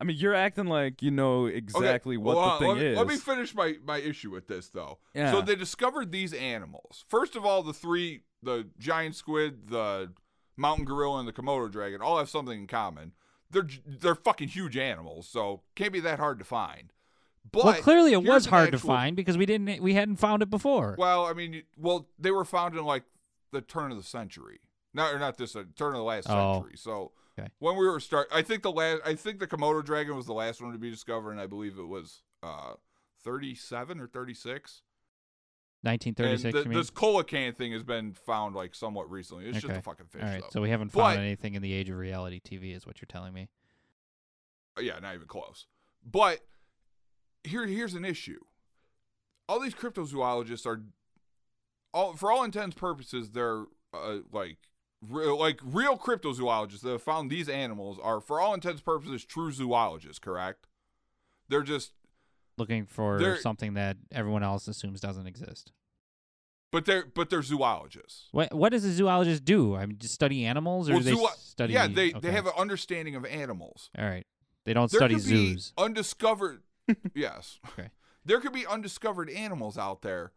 S6: I mean, you're acting like you know
S7: Okay,
S6: exactly what
S7: hold
S6: the
S7: on,
S6: thing
S7: let me,
S6: is.
S7: Let me finish my, my issue with this though.
S6: Yeah.
S7: So they discovered these animals. First of all, the three the giant squid, the mountain gorilla, and the Komodo dragon all have something in common. They're j- they're fucking huge animals, so can't be that hard to find. But
S8: well, clearly it
S7: here's
S8: was
S7: an
S8: hard to
S7: actual-
S8: find because we didn't we hadn't found it before.
S7: Well, I mean, you- well, they were found in like the turn of the century. No, or not this uh, turn of the last
S8: Oh.
S7: century. So
S8: Okay.
S7: when we were start, I think the last, I think the Komodo dragon was the last one to be discovered, and I believe it was uh, thirty-seven or thirty-six. And
S8: 1936.
S7: the-
S8: you mean?
S7: this colocan thing has been found like somewhat recently. It's just
S8: Okay.
S7: a fucking fish,
S8: All right,
S7: though.
S8: so we haven't found
S7: But-
S8: anything in the age of reality TV, is what you're telling me.
S7: yeah, not even close. But here, here's an issue. All these cryptozoologists are, all for all intents and purposes, they're uh, like real, like real cryptozoologists that have found these animals are, for all intents and purposes, true zoologists. Correct? They're just,
S8: Looking for
S7: There-
S8: something that everyone else assumes doesn't exist.
S7: but they're, but they're zoologists.
S8: What What does a zoologist do? I mean, just study animals, or do they
S7: zoo-
S8: study?
S7: yeah, they
S8: okay.
S7: they have an understanding of animals.
S8: All right, they don't
S7: there
S8: study
S7: could be
S8: zoos.
S7: Undiscovered. yes.
S8: Okay.
S7: There could be undiscovered animals out there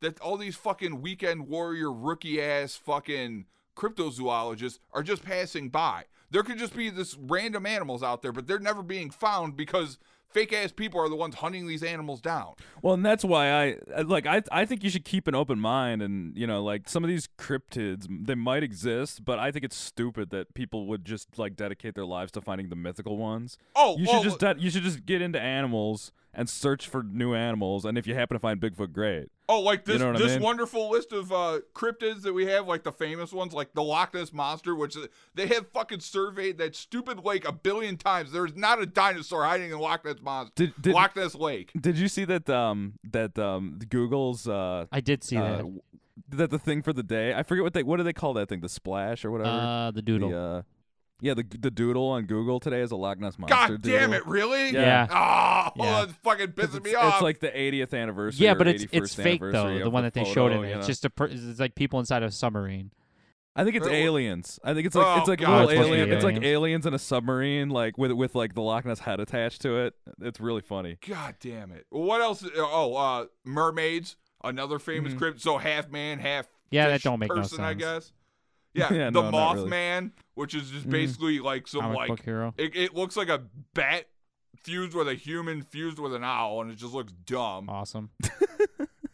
S7: that all these fucking weekend warrior rookie ass fucking cryptozoologists are just passing by. There could just be this random animals out there, but they're never being found because fake ass people are the ones hunting these animals down.
S6: Well, and that's why I- I like I I think you should keep an open mind and you know like some of these cryptids they might exist, but I think it's stupid that people would just like dedicate their lives to finding the mythical ones.
S7: Oh,
S6: you should
S7: oh,
S6: just de- you should just get into animals and search for new animals, and if you happen to find Bigfoot, great.
S7: Oh, like
S6: You
S7: this
S6: know what I
S7: this
S6: mean?
S7: wonderful list of uh, cryptids that we have, like the famous ones, like the Loch Ness monster, which uh, they have fucking surveyed that stupid lake a billion times. There's not a dinosaur hiding in Loch Ness monster.
S6: Did- did-
S7: Loch Ness Lake.
S6: Did you see that um that um Google's uh,
S8: I did see
S6: uh, w- that the thing for the day? I forget what they what do they call that thing? The splash or
S8: that.
S6: whatever.
S8: Uh, the
S6: the,
S8: doodle.
S6: uh, yeah, the the doodle on Google today is a Loch Ness monster.
S7: God damn
S6: doodle.
S7: it! Really?
S6: *laughs*
S8: Yeah.
S7: *laughs* Oh,
S8: Yeah.
S7: that's fucking
S6: 'Cause
S7: pissing
S6: it's,
S7: me off.
S6: It's like the 80th anniversary.
S8: yeah,
S6: or
S8: but it's
S6: 81st
S8: it's fake though.
S6: anniversary
S8: The
S6: of
S8: one
S6: the
S8: that they
S6: photo,
S8: showed in
S6: you
S8: it. It's
S6: know.
S8: just a per- it's like people inside a submarine.
S6: I think it's
S7: Oh, well-
S6: aliens. I think it's like it's
S7: Oh,
S6: like
S7: God,
S6: little
S8: it's supposed to
S6: alien.
S8: be
S6: It's like
S8: aliens.
S6: aliens in a submarine, like with with like the Loch Ness head attached to it. It's really funny.
S7: God damn it! What else? Oh, uh, mermaids. Another famous cryptid. So half man, half
S8: Mm-hmm. Yeah, that
S7: fish
S8: don't make no
S7: person, I
S8: sense.
S7: guess. Yeah,
S6: *laughs* Yeah,
S7: the
S6: no, not really.
S7: Mothman, which is
S8: Mm-hmm.
S7: just basically like some
S8: Comic
S7: like
S8: book hero.
S7: It, it looks like a bat fused with a human fused with an owl, and it just looks dumb.
S6: Uh.
S8: Awesome.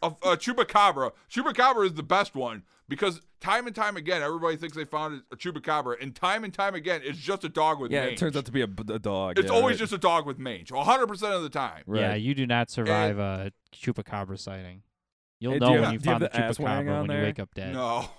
S7: A, a chupacabra. Chupacabra is the best one because time and time again, everybody thinks they found a chupacabra, and time and time again, it's just a dog with
S6: Yeah,
S7: mange.
S6: it turns out to be a, b- a dog.
S7: it's
S6: yeah,
S7: always
S6: right.
S7: just a dog with mange, 100 percent of the time.
S6: Right.
S8: Yeah, you do not survive a chupacabra sighting. You'll
S6: Hey, do
S8: know
S6: you
S8: when
S6: have-
S8: you
S6: do you have
S8: found the
S6: the ass wang
S8: chupacabra
S6: on
S8: when you
S6: there?
S8: wake up dead.
S7: No,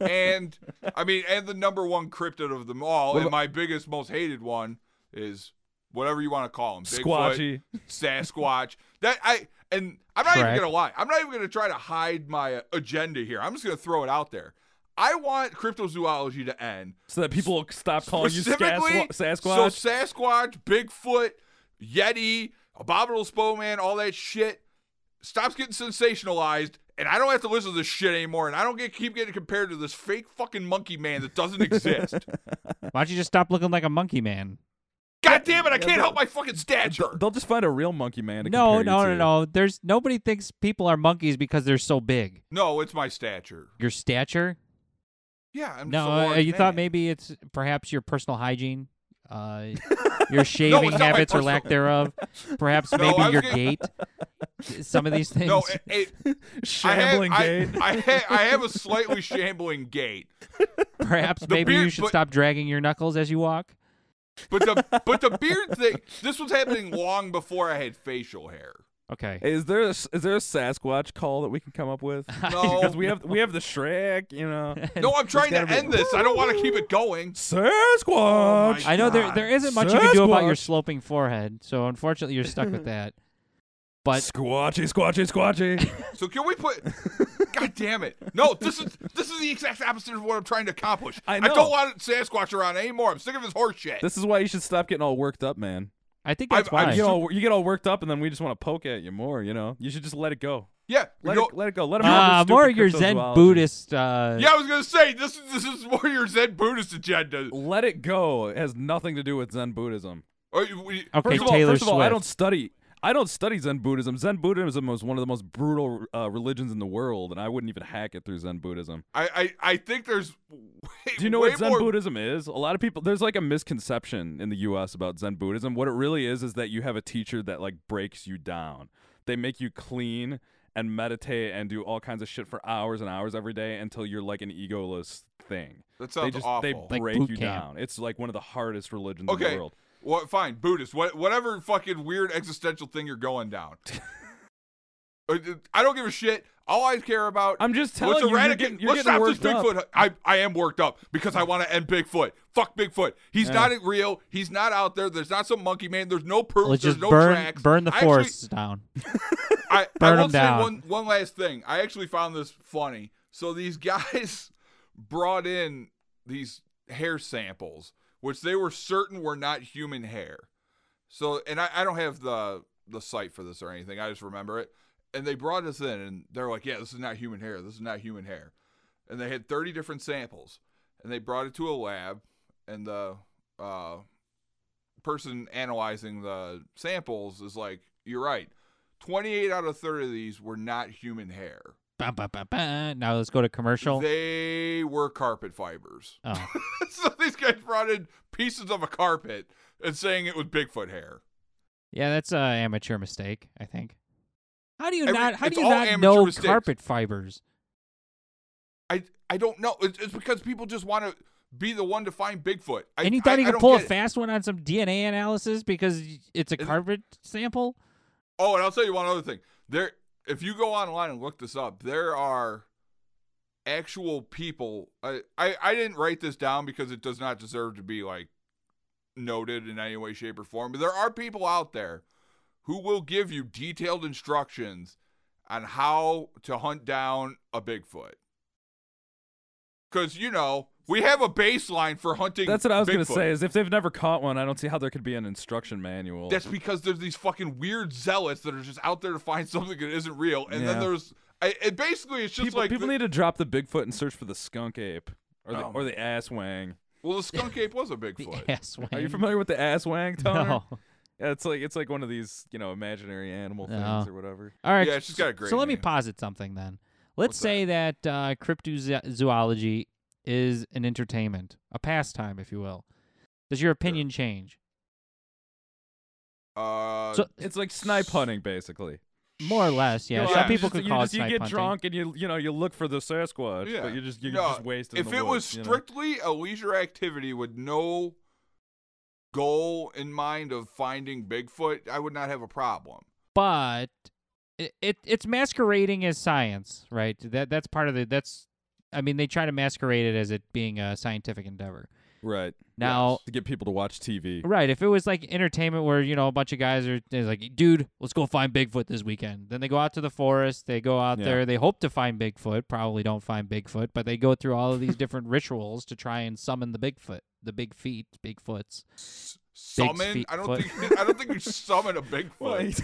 S6: *laughs*
S7: and I mean, and the number one cryptid of them all,
S6: What
S7: and
S6: about-
S7: my biggest, most hated one is whatever you want to call him,
S6: Squatchy.
S7: Sasquatch. That I and I'm not
S8: Shrek.
S7: even gonna lie. I'm not even gonna try to hide my uh, agenda here. I'm just gonna throw it out there. I want cryptozoology to end
S6: So that people will stop calling you
S7: specifically.
S6: Sasqua- Sasquatch.
S7: So Sasquatch, Bigfoot, Yeti, Abominable Spowman, all that shit stops getting sensationalized. And I don't have to listen to this shit anymore, and I don't get keep getting compared to this fake fucking monkey man that doesn't exist.
S8: *laughs* Why don't you just stop looking like a monkey man?
S7: God damn it, I can't help my
S8: *laughs*
S7: fucking stature.
S6: They'll just find a real monkey man. To
S8: No,
S6: compare
S8: no,
S6: you
S8: no,
S6: to.
S8: no. There's nobody thinks people are monkeys because they're so big.
S7: No, it's my stature.
S8: Your stature?
S7: Yeah, I'm just
S8: no,
S7: a
S8: uh,
S7: large
S8: you
S7: man.
S8: thought maybe it's perhaps your personal hygiene,
S7: *laughs*
S8: uh, your
S7: No,
S8: shaving
S7: it's not my
S8: habits or lack
S7: personal- *laughs*
S8: thereof, perhaps
S7: No, I
S8: maybe
S7: was
S8: your
S7: getting-
S8: gait.
S7: *laughs*
S8: Some of these things.
S7: No, it, it,
S6: Shambling
S7: I
S6: gay.
S7: have, I, I, ha- I have a
S6: *laughs*
S7: slightly shambling gait,
S8: perhaps
S7: eh, the
S8: maybe you
S7: beard-
S8: should
S7: but-
S8: stop dragging your knuckles as you walk.
S7: but the but the beard thing. This was happening long before I had facial hair.
S8: Okay.
S6: Is there a, s- is there a Sasquatch call that we can come up with? *laughs*
S7: No,
S6: Because we have we have the Shrek, you know.
S7: no, I'm trying to
S6: gotta be-
S7: end this. I don't want to keep it
S6: *laughs*
S7: going.
S6: Sasquatch.
S7: my
S8: I know there
S7: God.
S8: there isn't much you can do about your
S6: Sasquatch.
S8: sloping forehead, so unfortunately you're
S7: *laughs*
S8: stuck with that. But
S6: Squatchy, squatchy, *laughs* squatchy.
S7: So can we put? God damn it! No, this is this is the exact opposite of what I'm trying to accomplish.
S6: I
S7: I
S6: know.
S7: don't want Sasquatch around anymore. I'm sick of his horse shit.
S6: this is why you should stop getting all worked up, man.
S8: I think
S7: I've-
S8: that's
S7: I've-
S8: why.
S6: You know, you get all worked up, and then we just want to poke at you more. You know, you should just let it go.
S7: Yeah, we
S6: Let
S7: go-
S6: it, let it go. Let him.
S8: Ah,
S6: have his
S8: more
S6: stupid
S8: your Zen
S6: cryptozoology.
S8: Buddhist. Uh,
S7: yeah. I was gonna say this. This is more your Zen Buddhist agenda.
S6: Let it go. It has nothing to do with Zen Buddhism.
S7: Or you- we-
S8: Okay,
S6: First of all,
S8: Taylor
S6: first of all, I
S8: Swift.
S6: don't study. I don't study Zen Buddhism. Zen Buddhism was one of the most brutal uh, religions in the world, and I wouldn't even hack it through Zen Buddhism.
S7: I, I I think there's. *laughs* Way,
S6: Do you know
S7: way
S6: what Zen
S7: more-
S6: Buddhism is? A lot of people there's like a misconception in the US about Zen Buddhism. What it really is is that you have a teacher that like breaks you down. They make you clean and meditate and do all kinds of shit for hours and hours every day until you're like an egoless thing.
S7: That
S6: They
S7: sounds
S6: just
S7: awful.
S6: they
S8: Like
S6: break
S8: boot
S6: you
S8: camp.
S6: down. It's like one of the hardest religions in
S7: okay,
S6: the world.
S7: well, fine, Buddhist. What, whatever fucking weird existential thing you're going
S6: *laughs*
S7: down. Uh, I don't give a shit. All I care about.
S6: I'm just telling
S7: Let's
S6: you, you're
S7: eradicate.
S6: getting, you're
S7: let's
S6: getting
S7: stop this
S6: worked
S7: Bigfoot.
S6: up.
S7: I, I am worked up because I want to end Bigfoot. Fuck Bigfoot. He's
S6: Yeah.
S7: not real. He's not out there. There's not some monkey man. There's no proof.
S8: Let's
S7: There's
S8: just
S7: no
S8: burn
S7: tracks.
S8: burn the
S7: I actually-
S8: forests down.
S7: I,
S8: Burn
S7: I
S8: 'em
S7: will say
S8: down.
S7: one one last thing. I actually found this funny. So these guys *laughs* brought in these hair samples, which they were certain were not human hair. So and I, I don't have the the site for this or anything. I just remember it. And they brought us in and they're like, Yeah, this is not human hair. This is not human hair. And they had thirty different samples. And they brought it to a lab and the uh person analyzing the samples is like, You're right. 28 out of 30 of these were not human hair.
S8: Ba, ba, ba, ba. Now let's go to commercial.
S7: They were carpet fibers. *laughs*
S8: oh.
S7: so these guys brought in pieces of a carpet and saying it was Bigfoot hair.
S8: Yeah, that's a amateur mistake, I think. How do you
S7: Every-
S8: not? How
S7: it's
S8: do you
S7: all
S8: not
S7: amateur
S8: know
S7: mistakes.
S8: carpet fibers?
S7: I I don't know. It's, it's because people just want to be the one to find Bigfoot. I,
S8: and you thought
S7: I,
S8: you
S7: I
S8: could
S7: don't
S8: pull a
S7: get it.
S8: fast one on some DNA analysis because y- it's a
S7: It-
S8: carpet sample?
S7: Oh, and I'll tell you one other thing. There, if you go online and look this up, there are actual people. I, I, I didn't write this down because it does not deserve to be like noted in any way, shape, or form. But there are people out there who will give you detailed instructions on how to hunt down a Bigfoot. Because you know we have a baseline for hunting.
S6: That's what I was
S7: going
S6: gonna
S7: to
S6: say. Is if they've never caught one, I don't see how there could be an instruction manual.
S7: That's because there's these fucking weird zealots that are just out there to find *laughs* something that isn't real, and then
S6: Yeah.
S7: there's I, it basically it's just
S6: people
S7: like
S6: people
S7: the-
S6: need to drop the Bigfoot and search for the skunk ape or the
S7: Oh.
S6: or the ass wang.
S7: well, the
S6: *laughs*
S7: skunk ape was a
S8: The
S7: Bigfoot.
S8: ass
S6: Are you
S8: wang. *laughs*
S6: familiar with the ass wang, Toner?
S8: No.
S6: Yeah, it's like it's like one of these you know imaginary animal things
S8: No.
S6: or whatever.
S8: All right.
S7: Yeah, it's just got a great
S8: So let me
S7: name.
S8: posit something then. Let's say that, uh, cryptozoology is an entertainment, a pastime, if you will. Does your opinion change?
S7: Uh,
S8: So
S6: It's like snipe hunting, basically.
S8: more or less,
S6: You
S8: yeah.
S6: know,
S8: Some
S7: yeah,
S8: people
S6: you just,
S8: could
S6: you
S8: call
S6: just-
S8: it
S6: you
S8: snipe
S6: get
S8: hunting.
S6: drunk and you you know you look for the Sasquatch,
S7: yeah,
S6: but you just you
S7: No,
S6: just wasted.
S7: If
S6: in the
S7: it
S6: woods,
S7: was
S6: you know?
S7: strictly a leisure activity with no goal in mind of finding Bigfoot, I would not have a problem.
S8: but it, it it's masquerading as science, right? That that's part of the that's I mean they try to masquerade it as it being a scientific endeavor.
S6: right
S8: Now,
S6: to get people to watch TV.
S8: right, if it was like entertainment where you know a bunch of guys are they're like, dude, let's go find Bigfoot this weekend. Then they go out to the forest, they go out
S6: Yeah.
S8: there, they hope to find Bigfoot, probably don't find Bigfoot, but they go through all of these different rituals to try and summon the Bigfoot, the big feet, Bigfoots.
S7: Summon?
S8: feet
S7: I don't
S8: foot.
S7: think I don't
S6: *laughs*
S7: think you summon a Bigfoot.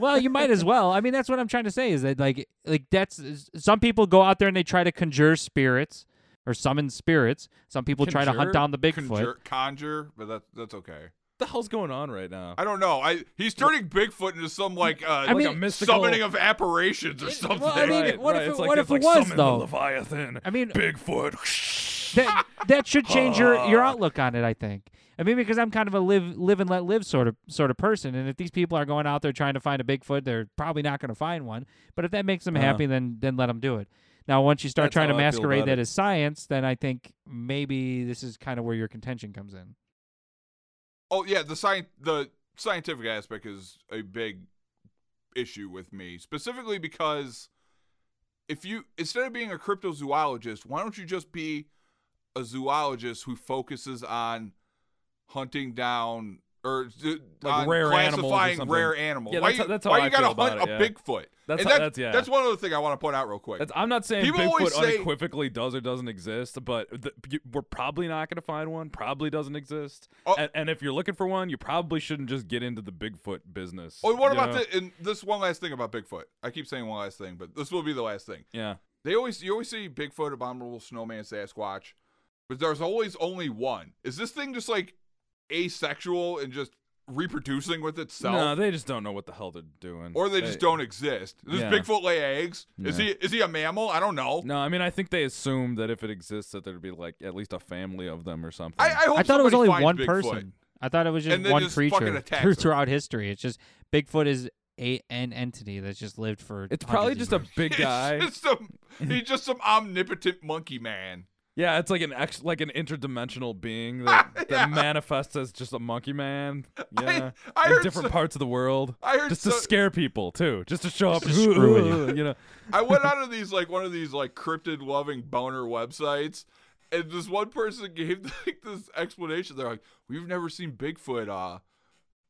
S8: well, you might as well. I mean, that's what I'm trying to say is that like like that's is- some people go out there and they try to conjure spirits or summon spirits. Some people try to
S6: Conjure?
S8: hunt down the Bigfoot.
S7: Conjure, conjure, but that's that's okay.
S6: what the hell's going on right now?
S7: I don't know. I he's turning Bigfoot into some like uh,
S8: I mean-
S7: like a
S6: mystical-
S7: summoning of apparitions or something.
S8: well, I mean,
S6: Right,
S8: what
S6: right,
S8: if it,
S6: it's like-
S8: what
S6: it's
S8: if it
S6: like
S8: was
S6: summon the
S8: though?
S6: Leviathan,
S8: I mean,
S6: Bigfoot. *laughs*
S8: that that should change your your outlook on it. I think. I mean, because I'm kind of a live live and let live sort of sort of person, and if these people are going out there trying to find a Bigfoot, they're probably not going to find one. But if that makes them
S6: Uh-huh.
S8: happy, then then let them do it. Now, once you start
S6: That's
S8: trying to
S6: how I feel
S8: masquerade
S6: about
S8: that
S6: it.
S8: as science, then I think maybe this is kind of where your contention comes in.
S7: Oh yeah, the sci- the scientific aspect is a big issue with me, specifically because if you instead of being a cryptozoologist, why don't you just be a zoologist who focuses on hunting down or d-
S6: Like
S7: on
S6: rare animals or
S7: classifying
S6: something.
S7: rare animals.
S6: Yeah,
S7: why
S6: that's
S7: you,
S6: how- that's how
S7: why
S6: I
S7: you gotta
S6: feel about
S7: hunt a
S6: it, yeah.
S7: Bigfoot?
S6: That's
S7: and
S6: how- that's- yeah.
S7: That's one other thing I want to point out real quick.
S6: That's, I'm not saying
S7: People
S6: Bigfoot
S7: always say-
S6: unequivocally does or doesn't exist, but the, you, we're probably not going to find one. Probably doesn't exist.
S7: Oh.
S6: and, and if you're looking for one, you probably shouldn't just get into the Bigfoot business.
S7: oh, what
S6: you
S7: about
S6: know?
S7: this? And this one last thing about Bigfoot. I keep saying one last thing, but this will be the last thing.
S6: Yeah,
S7: They always you always see Bigfoot, Abominable Snowman, Sasquatch, but there's always only one. Is this thing just like asexual and just reproducing with itself?
S6: no, they just don't know what the hell they're doing,
S7: or they just don't exist. Does
S6: Yeah.
S7: Bigfoot lay eggs? Is
S6: Yeah.
S7: he is he a mammal? I don't know.
S6: No, I mean I think they assume that if it exists, that there'd be like at least a family of them or something.
S7: I, I hope
S8: I thought it was
S7: somebody
S8: only
S7: finds
S8: one
S7: Bigfoot. *laughs*
S8: person. I thought it was just
S7: And then
S8: one
S7: just fucking
S8: creature
S7: attacks
S8: through-
S7: it.
S8: throughout history. It's just Bigfoot is a an entity that's just lived for.
S6: it's probably
S8: hundreds
S7: *laughs*
S6: just
S8: of
S6: a big guy.
S7: It's just some, he's just some omnipotent monkey man.
S6: yeah, it's like an ex, like an interdimensional being that,
S7: *laughs* Yeah.
S6: that manifests as just a monkey man. Yeah,
S7: I
S6: in
S7: heard
S6: different
S7: so-
S6: parts of the world.
S7: I heard
S6: just
S7: so-
S6: to scare people too, just to show up and
S8: to screw with
S6: you know.
S7: I went out of these like one of these like cryptid loving boner websites, and this one person gave *laughs* like this explanation. They're like, "We've never seen Bigfoot, uh,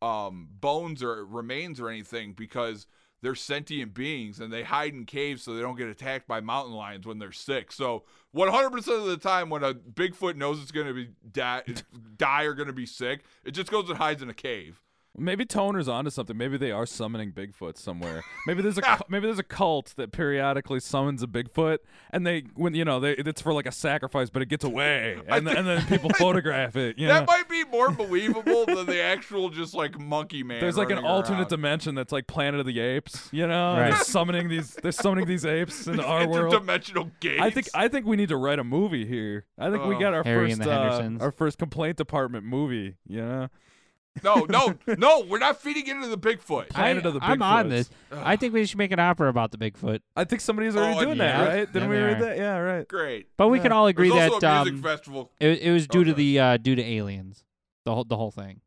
S7: um, bones or remains or anything because they're sentient beings and they hide in caves so they don't get attacked by mountain lions when they're sick. So 100% of the time when a Bigfoot knows it's going to be die, *laughs* die or going to be sick, it just goes and hides in a cave."
S6: Maybe Toner's onto something. Maybe they are summoning Bigfoot somewhere. Maybe there's a cu- maybe there's a cult that periodically summons a Bigfoot, and they when you know they it's for like a sacrifice, but it gets away, and, then and then people photograph it. You know?
S7: That might be more believable than the actual just like monkey man.
S6: There's like an
S7: running
S6: alternate
S7: around.
S6: dimension that's like Planet of the Apes, you know? and They're
S8: Right.
S6: summoning these they're summoning these apes into our world.
S7: interdimensional gates.
S6: I think I think we need to write a movie here. I think we
S7: Oh.
S6: got our
S8: Harry
S6: first
S8: and the
S6: uh,
S8: Hendersons.
S6: our first complaint department movie, you know?
S7: no, no, no. We're not feeding into the Bigfoot.
S8: years. I,
S6: Planet of the
S8: I'm
S6: Bigfoots.
S8: on this. I think we should make an opera about the Bigfoot.
S6: I think somebody's already
S7: Oh,
S6: doing
S8: yeah.
S6: that, right? Didn't
S8: Yeah,
S6: we
S8: they
S6: read
S8: are.
S6: that? Yeah, right.
S7: Great.
S8: But we can all agree
S7: There's also
S8: that
S7: a music
S8: um,
S7: festival.
S8: it, it was due to
S7: Okay.
S8: the uh, due to aliens. The whole the whole thing.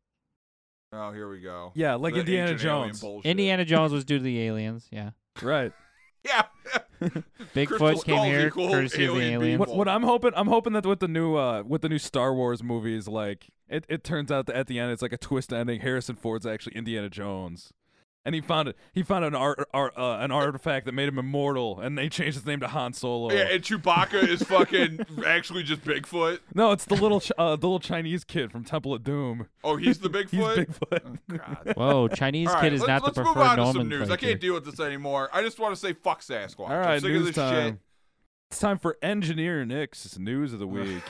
S7: Oh, here we go.
S6: Yeah, like
S7: The
S6: Indiana
S7: ancient alien
S6: Jones.
S7: bullshit.
S8: Indiana Jones was due to the aliens. Yeah.
S6: Right.
S7: *laughs* Yeah. *laughs* Crystal
S8: Bigfoot came
S7: skulls
S8: here
S7: equal
S8: courtesy of the
S7: alien
S8: aliens.
S6: What what I'm hoping I'm hoping that with the new uh with the new Star Wars movies like it, it turns out that at the end it's like a twist ending Harrison Ford's actually Indiana Jones. And he found it. He found an art, art uh, an artifact that made him immortal, and they changed his name to Han Solo.
S7: yeah, and Chewbacca is fucking
S6: *laughs*
S7: actually just Bigfoot.
S6: no, it's the little Ch- uh, the little Chinese kid from Temple of Doom.
S7: Oh, he's the Bigfoot. Oh,
S6: He's Bigfoot.
S7: God.
S8: *laughs* Whoa, Chinese
S7: All right,
S8: kid is
S7: let's,
S8: not the
S7: let's
S8: preferred
S7: move on to some
S8: nomenclature.
S7: news. I can't deal with this anymore. I just want to say fuck Sasquatch.
S6: All right,
S7: I'm sick
S6: news
S7: of this
S6: time.
S7: shit.
S6: It's time for Engineer Nick's news of the week.
S7: *laughs*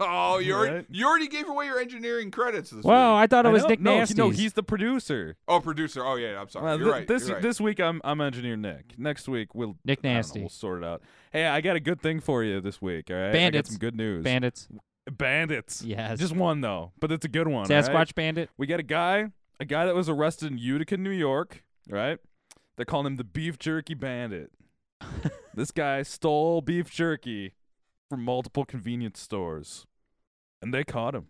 S7: Oh, you already,
S6: Right.
S7: you already gave away your engineering credits this
S8: Whoa,
S7: week.
S8: I thought it
S6: I
S8: was
S6: know-
S8: Nick
S6: no, he-
S8: Nasty.
S6: no, he's the producer.
S7: Oh, producer. Oh, yeah, I'm sorry.
S6: Well,
S7: you're
S6: thi-
S7: right.
S6: Uh, This
S7: you're right.
S6: this week I'm I'm engineer Nick. Next week we'll
S8: Nick
S6: I don't know,
S8: Nasty.
S6: we'll sort it out. Hey, I got a good thing for you this week. All right,
S8: Bandits.
S6: I got some good news.
S8: bandits.
S6: Bandits.
S8: Yes.
S6: Just one though, but it's a good one. all right?
S8: Sasquatch bandit.
S6: We got a guy, a guy that was arrested in Utica, New York. Right. They're calling him the Beef Jerky
S8: *laughs*
S6: Bandit. this guy stole beef jerky from multiple convenience stores, and they caught him.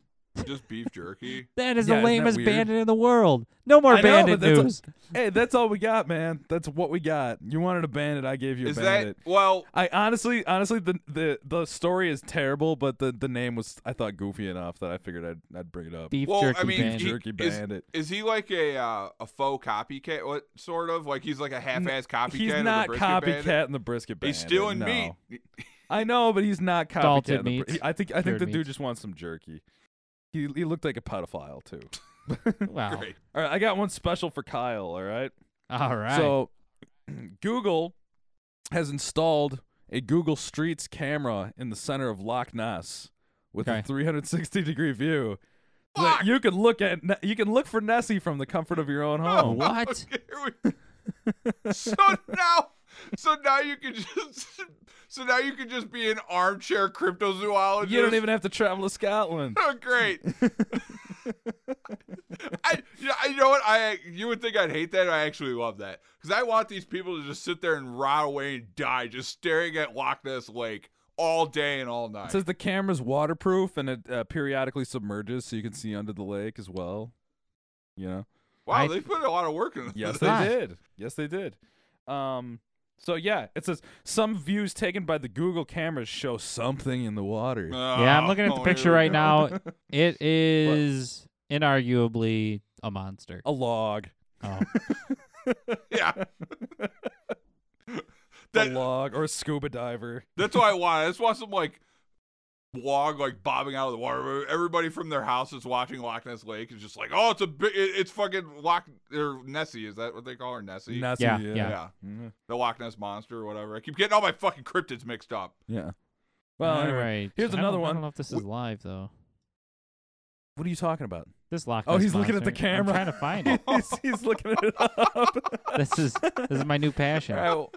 S7: just beef jerky.
S8: That is
S6: Yeah, isn't
S8: the
S6: that
S8: lamest
S6: weird?
S8: bandit in the world. No more
S6: I know,
S8: bandit
S6: but that's a-
S8: news.
S6: Hey, that's all we got, man. That's what we got. You wanted a bandit, I gave you a
S7: Is
S6: bandit.
S7: that well?
S6: I honestly, honestly, the the the story is terrible, but the the name was I thought goofy enough that I figured I'd I'd bring it up.
S8: Beef
S7: Well,
S8: jerky
S7: I mean,
S8: *laughs* bandit.
S7: he-
S6: Jerky
S7: is,
S6: bandit.
S7: Is he like a uh, a faux copycat? What sort of like he's like a half-ass copycat?
S6: He's
S7: of the
S6: not
S7: brisket
S6: copycat
S7: bandit?
S6: in the brisket bandit.
S7: He's stealing
S6: no.
S7: meat. *laughs*
S6: I know, but he's not copycat.
S8: Salted
S6: in the bri-
S8: meat.
S6: I think I think
S8: Cured
S6: the
S8: meat.
S6: dude just wants some jerky. He he looked like a pedophile too. Oh,
S8: wow.
S7: Great. *laughs*
S6: All right, I got one special for Kyle. All right.
S8: All right.
S6: So *clears throat* Google has installed a Google Streets camera in the center of Loch Ness with a
S8: Okay.
S6: 360 degree view. so that you can look at Ne- you can look for Nessie from the comfort of your own home.
S8: what?
S7: Okay, here we- so now, so now you can just, *laughs* so now you can just be an armchair cryptozoologist.
S6: *laughs* You don't even have to travel to Scotland.
S7: Oh, great. I, you know, I- you know what? I you would think I'd hate that. I actually love that because I want these people to just sit there and rot away and die, just staring at Loch Ness Lake all day and all night.
S6: It says the camera's waterproof and it uh, periodically submerges so you can see under the lake as well. You know.
S7: wow,
S8: I-
S7: they put a lot of work into
S6: Yes,
S7: this. *laughs*
S6: they
S8: Ah.
S6: did. Yes, they did. Um, so yeah, it says some views taken by the Google cameras show something in the water.
S7: Uh,
S8: uh, yeah, I'm looking at the *laughs*
S7: Oh,
S8: picture
S7: here we
S8: right
S7: go.
S8: now. It is inarguably a monster.
S6: A log.
S8: Oh.
S7: Yeah. *laughs*
S6: a
S7: that,
S6: log or a scuba diver.
S7: that's what I want. I just want some like log like bobbing out of the water. where Everybody from their house is watching Loch Ness Lake is just like, oh, it's a big, it, it's fucking Loch or Nessie. Is that what they call her, Nessie?
S6: Nazi,
S8: Yeah,
S7: yeah.
S8: yeah.
S6: Mhm.
S7: the Loch Ness monster or whatever. I keep getting all my fucking cryptids mixed up.
S6: Yeah. *laughs* Well,
S8: All
S6: anyway,
S8: right.
S6: here's
S8: I don't-
S6: another
S8: I
S6: one.
S8: don't know if this is live though.
S6: what are you talking about? *laughs*
S8: This Loch
S6: Oh,
S8: Ness
S6: he's looking at the
S8: monster. I'm
S6: camera.
S8: trying to
S6: *laughs*
S8: find it.
S6: he's, he's looking it up.
S8: *laughs* this is this is my new
S6: *laughs*
S8: passion.
S6: All right, well,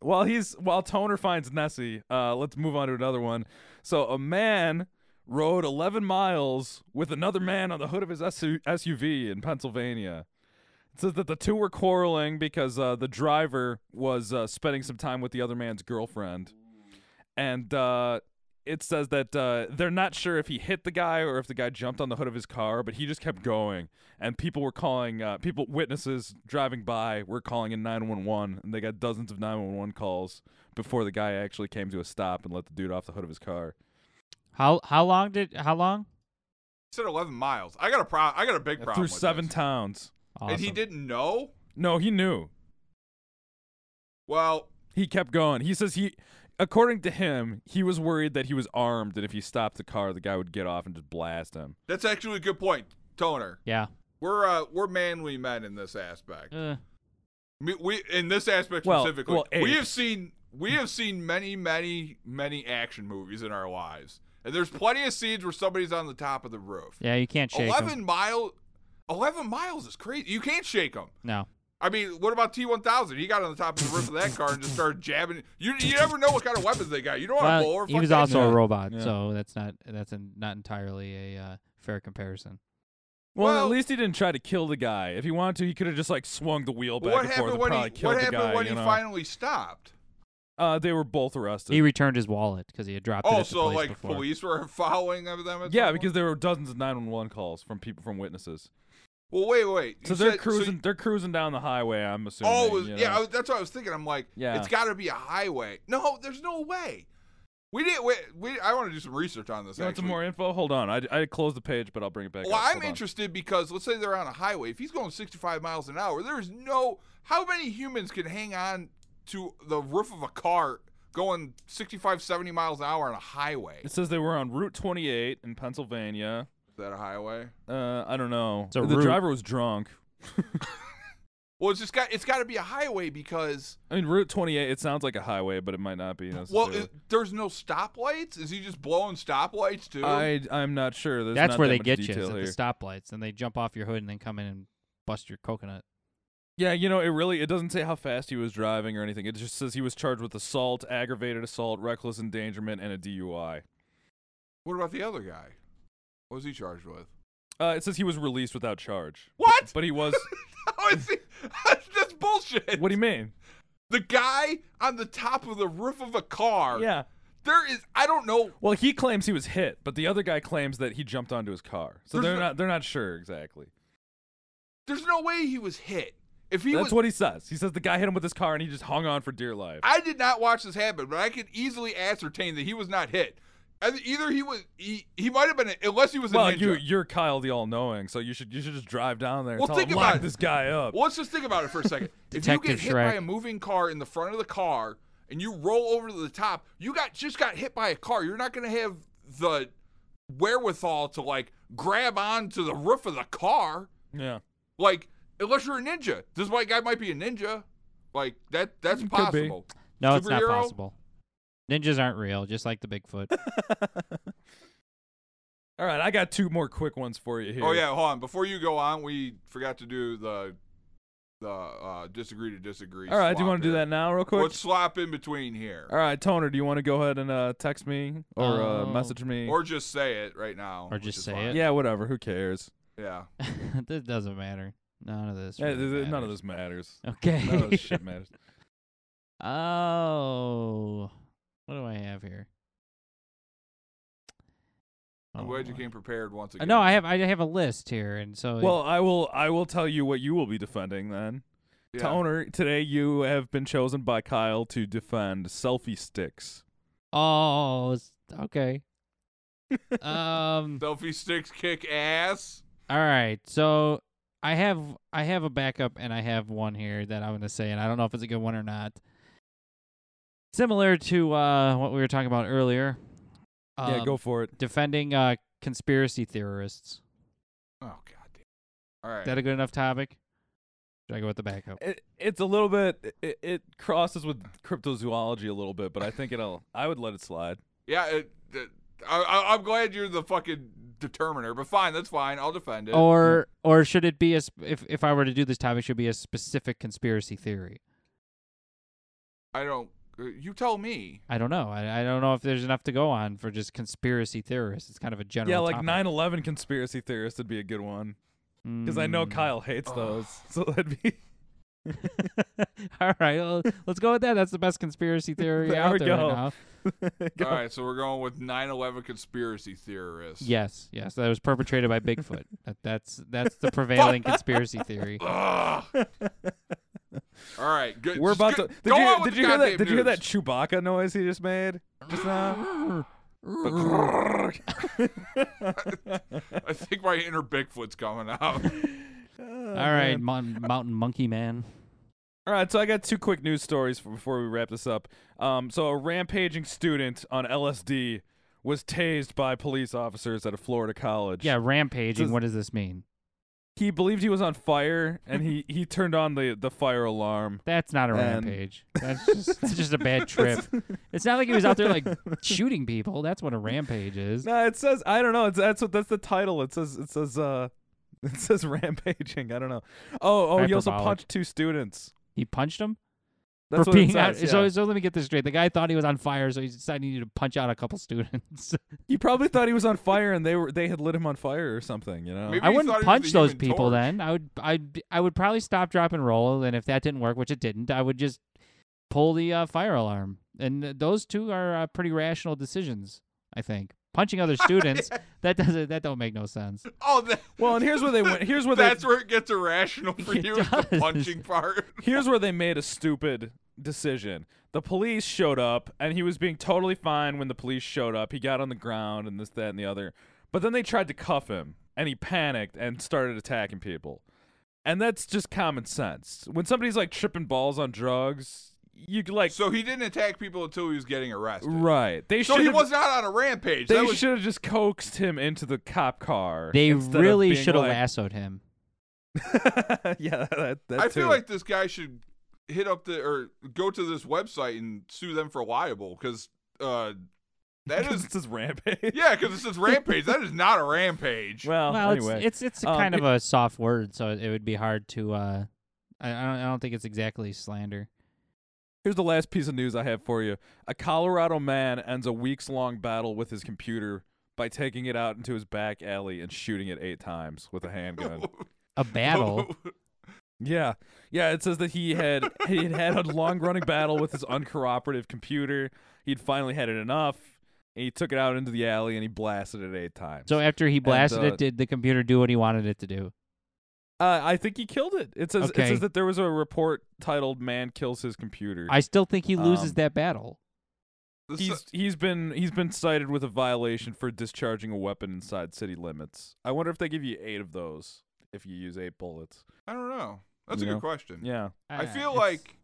S6: while he's while Toner finds Nessie, uh, let's move on to another one. So a man rode 11 miles with another man on the hood of his SU- SUV in Pennsylvania. It says that the two were quarreling because uh, the driver was uh, spending some time with the other man's girlfriend, and uh, it says that uh, they're not sure if he hit the guy or if the guy jumped on the hood of his car, but he just kept going. And people were calling, uh, people, witnesses driving by were calling in 911, and they got dozens of 911 calls before the guy actually came to a stop and let the dude off the hood of his car.
S8: How how long did how long?
S7: He said 11 miles. I got a pro- I got a big problem
S6: Through
S7: with
S6: seven
S7: this.
S6: towns.
S8: Awesome.
S7: And he didn't know?
S6: No, he knew.
S7: Well,
S6: He kept going. He says he, according to him, he was worried that he was armed, and if he stopped the car, the guy would get off and just blast him.
S7: that's actually a good point, Toner.
S8: Yeah.
S7: We're uh, we're manly men in this aspect.
S8: Uh,
S7: Me- We in this aspect
S6: Well-
S7: specifically.
S6: well,
S7: we
S6: apes.
S7: have seen we have seen many many many action movies in our lives. And there's plenty of scenes where somebody's on the top of the roof.
S8: yeah, you can't shake
S7: 11
S8: him.
S7: mile 11 miles is crazy. You can't shake them.
S8: No.
S7: I mean, what about T1000? He got on the top of the roof of that car and just started jabbing. You you never know what kind of weapons they got. You don't want to blow
S8: Well,
S7: over.
S8: he was
S7: fucking-
S8: also a
S6: Yeah.
S8: robot,
S6: Yeah.
S8: so that's not that's en- not entirely a uh, fair comparison.
S6: Well,
S7: Well-
S6: at least he didn't try to kill the guy. If he wanted to, he could have just like swung the wheel back
S7: What
S6: and forth
S7: happened
S6: and
S7: when
S6: probably
S7: he
S6: killed
S7: What
S6: the
S7: happened
S6: guy.
S7: when
S6: you
S7: he
S6: know?
S7: finally stopped?
S6: uh, they were both arrested.
S8: He returned his wallet because he had dropped it.
S7: Oh,
S8: at the
S7: so
S8: place
S7: like
S8: before.
S7: police were *laughs* following them. at
S6: yeah,
S7: some
S6: because
S7: point?
S6: there were dozens of 911 calls from people from witnesses.
S7: well, wait, wait.
S6: So
S7: You
S6: they're
S7: said-
S6: cruising.
S7: you-
S6: they're cruising down the highway. I'm assuming.
S7: oh, it was,
S6: you
S7: yeah. I
S6: know.
S7: was, that's what I was thinking. I'm like,
S6: Yeah.
S7: it's got to be a highway. No, there's no way. We didn't. We, we I want to do some research on this.
S6: You want some
S7: actually.
S6: more info? Hold on. I I closed the page, but I'll bring it back.
S7: Well,
S6: up.
S7: I'm
S6: Hold on.
S7: interested because let's say they're on a highway. If he's going 65 miles an hour, there's no how many humans can hang on to the roof of a car going 65, 70 miles an hour on a highway.
S6: It
S7: Is
S6: says they were on Route 28 in Pennsylvania.
S7: that a highway?
S6: Uh, I don't know.
S8: It's a
S6: the
S8: route.
S6: driver was drunk.
S7: Well, it's just got it's got to be a highway because
S6: I mean, Route 28. It sounds like a highway, but it might not be.
S7: well,
S6: necessarily.
S7: it, there's no stoplights. Is he just blowing stoplights too?
S6: I I'm not sure. There's
S8: that's
S6: not
S8: where
S6: that
S8: they
S6: much
S8: get you
S6: detail
S8: is at
S6: here.
S8: the stoplights, and they jump off your hood and then come in and bust your coconut.
S6: Yeah, you know, it really it doesn't say how fast he was driving or anything. It just says he was charged with assault, aggravated assault, reckless endangerment, and a DUI.
S7: what about the other guy? What was he charged with?
S6: Uh, it says he was released without charge.
S7: What? *laughs*
S6: But he was.
S7: How is he? *laughs* That's bullshit.
S6: what do you mean?
S7: the guy on the top of the roof of a car.
S6: Yeah.
S7: There is. I don't know.
S6: Well, he claims he was hit, but the other guy claims that he jumped onto his car. So
S7: There's
S6: they're
S7: no-
S6: not they're not sure exactly.
S7: There's no way he was hit. If he
S6: That's
S7: was,
S6: what he says. He says the guy hit him with his car and he just hung on for dear life.
S7: I did not watch this happen, but I could easily ascertain that he was not hit. Either- Either he was, he, he might have been, unless he was a
S6: well,
S7: ninja.
S6: you you're Kyle the all knowing, so you should you should just drive down there and
S7: Well,
S6: tell
S7: think
S6: him
S7: about
S6: lock
S7: it.
S6: this guy up.
S7: well, let's just think about it for a
S6: *laughs*
S7: second. if you get
S8: Detective
S7: hit by
S8: Shrek.
S7: a moving car in the front of the car and you roll over to the top, you got just got hit by a car. You're not going to have the wherewithal to like grab onto the roof of the car,
S6: yeah.
S7: like unless you're a ninja. This white guy might be a ninja. Like that, that's
S6: Could be.
S7: possible.
S8: No, it's not
S7: Superhero?
S8: possible. Ninjas aren't real, just like the Bigfoot. *laughs*
S6: All right, I got two more quick ones for you here.
S7: Oh yeah, hold on. Before you go on, we forgot to do the the uh, disagree to disagree.
S6: All right, do you
S7: slop
S6: want to do
S7: here.
S6: that now, real quick?
S7: Let's slop in between here,
S6: All right, Toner, do you want to go ahead and uh, text me or uh,
S8: Oh.
S6: message me?
S7: or just say it right now,
S8: Or
S7: which
S8: just
S7: is
S8: say
S7: fine.
S8: it.
S6: yeah, whatever. Who cares?
S7: Yeah,
S8: this doesn't matter. None of this.
S6: Yeah,
S8: really
S6: th- th- none of
S8: matters.
S6: this matters.
S8: Okay.
S6: *laughs* None of this shit matters.
S8: *laughs* Oh, what do I have here?
S7: I'm
S8: Oh,
S7: glad you
S8: my-
S7: came prepared once
S8: Uh,
S7: again.
S8: No, I have I have a list here, and so
S6: Well, I will. I will tell you what you will be defending then.
S7: Yeah.
S6: Toner, today you have been chosen by Kyle to defend selfie sticks.
S8: oh, it's-
S6: *laughs*
S8: okay. um,
S7: Selfie sticks kick ass.
S8: all right. So I have I have a backup and I have one here that I'm gonna say, and I don't know if it's a good one or not. Similar to uh, what we were talking about earlier.
S6: yeah,
S8: um,
S6: go for it.
S8: defending uh, conspiracy theorists.
S7: Oh god. Damn. All right.
S8: Is that a good enough topic? Should I go with the backup?
S6: It, it's a little bit. It, it crosses with cryptozoology a little bit, but I think it'll. I would let it slide.
S7: yeah. It, it- I, I, I'm glad you're the fucking determiner, but fine, that's fine. I'll defend it.
S8: Or or should it be a sp- if if I were to do this topic, should it be a specific conspiracy theory?
S7: I don't. uh, You tell me.
S8: I don't know. I, I don't know if there's enough to go on for just conspiracy theorists. It's kind of a general.
S6: yeah, like
S8: topic.
S6: 9/11 conspiracy theorist would be a good one because I know
S8: Mm.
S6: Kyle hates those. *laughs* So that'd be.
S8: *laughs* All right, well, let's go with that. That's the best conspiracy
S6: *laughs*
S8: theory
S6: There
S8: out
S6: we
S8: there right
S6: go.
S8: now.
S6: *laughs* Go.
S7: All right, so we're going with 9/11 conspiracy theorists.
S8: Yes, yes, that was perpetrated by
S6: *laughs*
S8: Bigfoot. that, that's that's the prevailing conspiracy theory.
S6: Oh,
S7: Ugh. All right, good.
S6: We're
S7: just
S6: about
S7: go-
S6: to. Did
S7: go
S6: you,
S7: on with
S6: did
S7: the
S6: you hear that?
S7: goddamn
S6: Did you hear
S7: news.
S6: that Chewbacca noise he just made
S7: *laughs*
S6: just now? *laughs*
S7: I think my inner Bigfoot's coming out.
S6: *laughs*
S8: All right, mon- mountain monkey man.
S6: Oh, All right, so I got two quick news stories for, before we wrap this up. Um, so a rampaging student on LSD was tased by police officers at a Florida college.
S8: Yeah, rampaging.
S6: Does-
S8: what does this mean?
S6: he believed he was on fire, and he he turned on the the fire alarm.
S8: That's not a
S6: And- *laughs*
S8: rampage. That's just that's just a bad trip. It's not like he was out there like shooting people. That's what a rampage is.
S6: No, it says I don't know. It's that's what that's the title. It says it says uh *laughs* it says rampaging. I don't know. Oh oh, he also
S8: Hyperbolic.
S6: punched two students.
S8: He punched him
S6: That's
S8: for
S6: what it
S8: being out.
S6: says,
S8: So
S6: yeah.
S8: so let me get this straight. The guy thought he was on fire, so he decided he needed to punch out a couple *laughs* students.
S6: He probably thought he was on fire, and they were they had lit him on fire or something. You know.
S7: Maybe
S8: I
S7: he thought
S8: wouldn't
S7: he was
S8: punch
S7: the
S8: those
S7: human
S8: people
S7: torch.
S8: then. I would I would I would probably stop drop and roll and if that didn't work, which it didn't, I would just pull the uh, fire alarm. And th- those two are uh, pretty rational decisions, I think.
S7: *laughs*
S8: Punching other students, that doesn't that don't make no sense.
S7: Oh, that,
S6: Well, and here's where they went. Here's
S7: *laughs*
S6: where they
S7: that's where it gets irrational for
S8: It
S7: you. is The
S8: does.
S7: punching part.
S6: here's where they made a stupid decision. The police showed up, and he was being totally fine when the police showed up. He got on the ground and this, that, and the other. But then they tried to cuff him, and he panicked and started attacking people. And that's just common sense. When somebody's like tripping balls on drugs, you *laughs* like
S7: So he didn't attack people until he was getting arrested.
S6: right. They
S7: So
S6: should
S7: he was not on a rampage.
S6: They
S7: that was,
S6: should have just coaxed him into the cop car.
S8: They
S6: instead of
S8: really
S6: being
S8: should have
S6: like-
S8: lassoed him.
S6: *laughs* yeah, that, that
S7: I
S6: too.
S7: feel like this guy should hit up the or go to this website and sue them for liable because uh,
S6: *laughs*
S7: that is
S6: this is rampage.
S7: yeah, because it says rampage. That is not a rampage. *laughs*
S6: *laughs* Well,
S8: well,
S6: anyway,
S8: it's it's it's a
S6: um,
S8: kind
S6: it-
S8: of a soft word, so it would be hard to uh I, I don't I don't think it's exactly slander.
S6: Here's the last piece of news I have for you. A Colorado man ends a weeks long battle with his computer by taking it out into his back alley and shooting it eight times with a handgun. *laughs*
S7: *laughs*
S8: A battle.
S6: yeah. Yeah, it says that he had he had, had a long running battle with his uncooperative computer. He'd finally had it enough. And he took it out into the alley and he blasted it eight times.
S8: so after he blasted
S6: uh,
S8: it, did the computer do what he wanted it to do?
S6: uh, I think he killed it. It says it
S8: Okay.
S6: says that there was a report titled "Man Kills His Computer."
S8: I still think he loses
S6: Um,
S8: that battle.
S7: This-
S6: He's he's been he's been cited with a violation for discharging a weapon inside city limits. I wonder if they give you eight of those if you use eight bullets.
S7: I don't know. That's
S6: You
S7: a
S6: know?
S7: good question.
S6: Yeah.
S7: I
S8: Uh,
S7: feel
S8: it's-
S7: like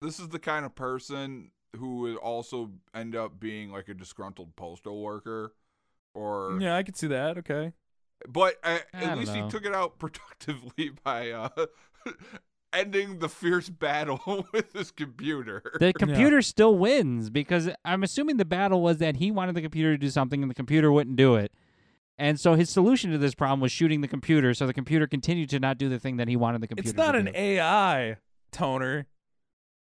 S7: this is the kind of person who would also end up being like a disgruntled postal worker, or
S6: Yeah, I could see that. Okay.
S7: but uh,
S8: I
S7: at
S8: don't
S7: least he
S8: know.
S7: took it out *laughs* productively by uh, *laughs* ending the fierce battle *laughs* with his computer. *laughs*
S8: the computer still wins because I'm assuming the battle was that he wanted the computer to do something and the computer wouldn't do it. And so his solution to this problem was shooting the computer, so the computer continued to not do the thing that he wanted the computer
S6: It's not
S8: to
S6: an
S8: do.
S6: AI toner.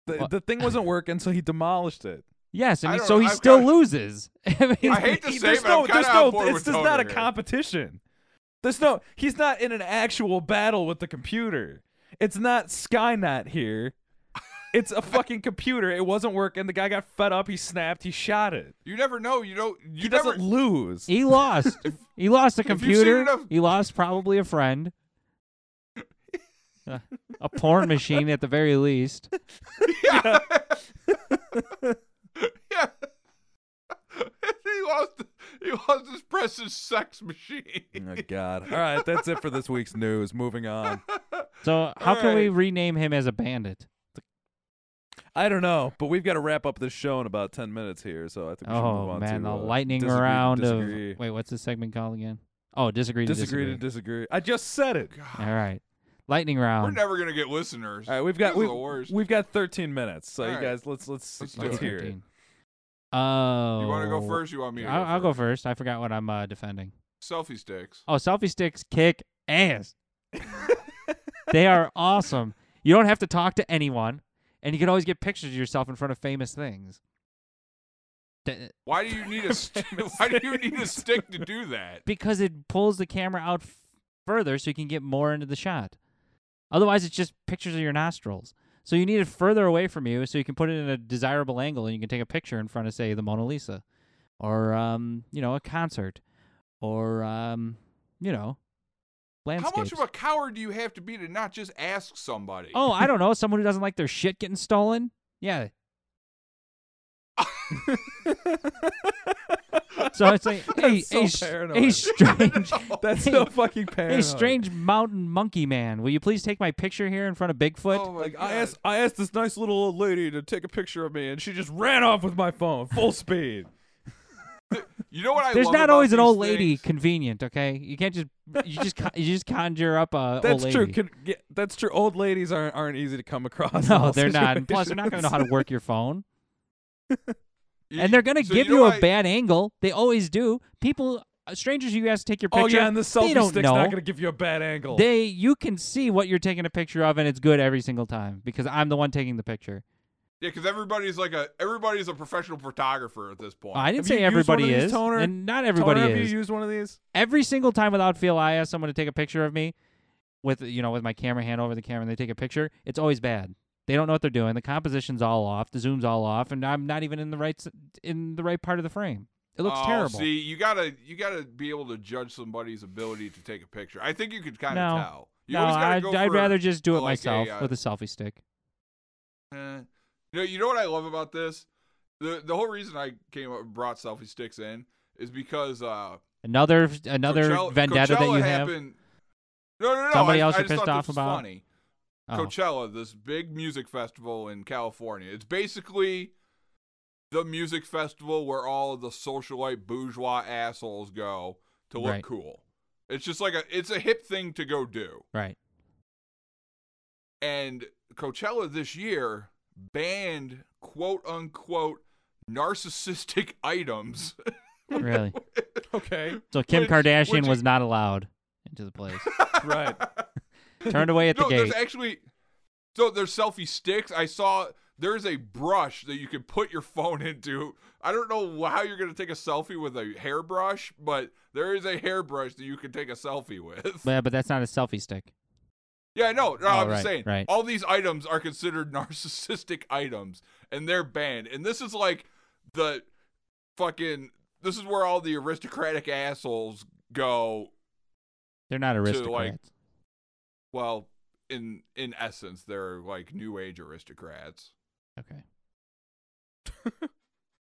S6: The
S8: What?
S6: the thing wasn't working, so he demolished it.
S8: Yes,
S7: I
S8: and
S7: don't
S8: so
S7: know,
S8: he
S7: I've
S8: still
S7: got-
S8: loses. *laughs* I, mean,
S7: I hate to
S6: He-
S7: say,
S6: there's
S7: but
S6: no,
S7: I'm
S6: there's
S7: kinda on
S6: no,
S7: board
S6: this
S7: with
S6: is
S7: Toner
S6: not a
S7: here.
S6: competition. There's no, he's not in an actual battle with the computer. It's not Skynet here. It's *laughs* a fucking computer. It wasn't working. The guy got fed up. He snapped. He shot it.
S7: You never know. You don't. You
S6: He *laughs*
S7: never. *laughs*
S6: doesn't lose.
S8: he lost. he lost a
S7: if you've seen
S8: computer.
S7: enough-
S8: He lost probably
S7: *laughs*
S8: a friend. Uh, a porn machine at the very least.
S7: yeah. yeah. *laughs* he lost. He wants to press his sex machine.
S6: Oh God! All right, that's it for this week's news. Moving on.
S8: So how can we rename him as a bandit?
S6: I don't know, but we've got to wrap up this show in about ten minutes here, so I think we should move
S8: Oh
S6: on to,
S8: man, the
S6: uh,
S8: lightning
S6: disagree to
S8: round
S6: disagree.
S8: of wait, what's this segment called again? Oh, disagree to
S6: disagree
S8: disagree.
S6: to disagree. I just said it.
S8: All right, lightning round.
S7: We're never gonna get listeners.
S6: All right, we've got
S7: These are
S6: we've,
S7: the worst.
S6: we've got 13 minutes, so
S7: All
S6: you
S7: right.
S6: guys let's let's
S7: Let's
S6: let's,
S7: do it.
S6: hear it.
S8: 15. Oh,
S7: you want to go first? You want me to?
S8: I'll,
S7: go
S8: I'll go first. I forgot what I'm uh, defending.
S7: Selfie sticks.
S8: Oh, selfie sticks kick ass. they are awesome. You don't have to talk to anyone, and you can always get pictures of yourself in front of famous things. Th-
S7: Why do you need a st- *laughs* Why do you need a stick to do that?
S8: because it pulls the camera out f- further so you can get more into the shot. Otherwise, it's just pictures of your nostrils. So you need it further away from you so you can put it in a desirable angle and you can take a picture in front of, say, the Mona Lisa or, um, you know, a concert or, um, you know,
S7: How
S8: landscapes.
S7: much of a coward do you have to be to not just ask somebody?
S8: *laughs*
S7: *laughs*
S8: oh, *laughs* I don't know. Someone who doesn't like their shit getting stolen? Yeah. *laughs* so it's like, hey,
S6: so
S8: hey, str- hey,
S6: paranoid.
S8: strange.
S6: *laughs* That's
S8: hey,
S6: so fucking paranoid.
S8: Hey, strange mountain monkey man, will you please take my picture here in front of Bigfoot?
S7: Oh my
S6: Like I
S7: God.
S6: asked I asked this nice little old lady to take a picture of me, and she just ran off with my phone full
S8: *laughs*
S6: speed.
S7: You know what I
S8: There's
S7: love
S8: not
S7: about
S8: always an
S7: these
S8: old lady
S7: things?
S8: convenient, okay? You can't just you
S6: *laughs*
S8: just con- you just conjure up a old
S6: That's
S8: lady.
S6: true. Can, yeah, that's true. Old ladies aren't aren't easy to come across. in
S8: *laughs* no,
S6: *laughs* all
S8: they're not. And plus, they're not going to know how to work your
S6: *laughs*
S8: phone, and they're going to
S7: So
S8: give
S7: know
S8: you a
S7: what I-
S8: bad angle. They always do. People, uh, strangers, you ask to take your picture.
S6: Oh yeah, and the
S8: they
S6: selfie
S8: don't
S6: stick's
S8: know.
S6: not going to give you a bad angle.
S8: They, you can see what you're taking a picture of, and it's good every single time because I'm the one taking the picture.
S7: Yeah, because everybody's like a everybody's a professional photographer at this point.
S8: I didn't
S6: Have
S8: say
S6: you used one of
S8: everybody
S6: these,
S8: is,
S6: Toner?
S8: and not
S6: Toner,
S8: everybody
S6: have
S8: is.
S6: you used one of *laughs* these?
S8: every single time without fail I ask someone to take a picture of me with you know with my camera hand over the camera and they take a picture, it's always bad. They don't know what they're doing. The composition's all off, the zoom's all off, and I'm not even in the right s- in the right part of the frame. It looks
S7: Oh,
S8: terrible.
S7: See, you gotta you gotta be able to judge somebody's ability to take a picture. I think you could kind of
S8: No.
S7: tell. You
S8: no,
S7: always gotta
S8: I'd,
S7: go
S8: I'd
S7: for,
S8: rather just do it
S7: like a,
S8: myself
S7: uh,
S8: with a selfie stick.
S7: Eh. You know, you know what I love about this? The the whole reason I came up brought selfie sticks in is because uh
S8: Another another
S7: Coachella,
S8: vendetta that
S7: Coachella
S8: you have.
S7: happened, No, no, no.
S8: Somebody
S7: I,
S8: else
S7: I
S8: you're
S7: just
S8: pissed
S7: thought this
S8: off
S7: was
S8: about?
S7: Funny.
S8: Oh.
S7: Coachella, this big music festival in California. It's basically the music festival where all of the socialite bourgeois assholes go to look
S8: Right.
S7: cool. It's just like a it's a hip thing to go do. *laughs*
S8: Right.
S7: And Coachella this year banned quote unquote narcissistic *laughs* items.
S8: Really.
S6: Okay,
S8: So Kim
S7: Which-
S8: Kardashian
S7: which-
S8: was not allowed into the place.
S7: *laughs*
S6: right.
S8: Turned away at the
S7: no,
S8: gate.
S7: there's actually so there's selfie sticks. I saw there's a brush that you can put your phone into. I don't know how you're gonna take a selfie with a hairbrush, but there is a hairbrush that you can take a selfie with.
S8: yeah, but that's not a selfie stick.
S7: *laughs* yeah, no, no,
S8: Oh,
S7: I'm
S8: right,
S7: just saying.
S8: right.
S7: All these items are considered *laughs* narcissistic items, and they're banned. And this is like the fucking. This is where all the aristocratic assholes go
S8: They're not aristocrats.
S7: well in in essence they're like new age aristocrats
S8: okay.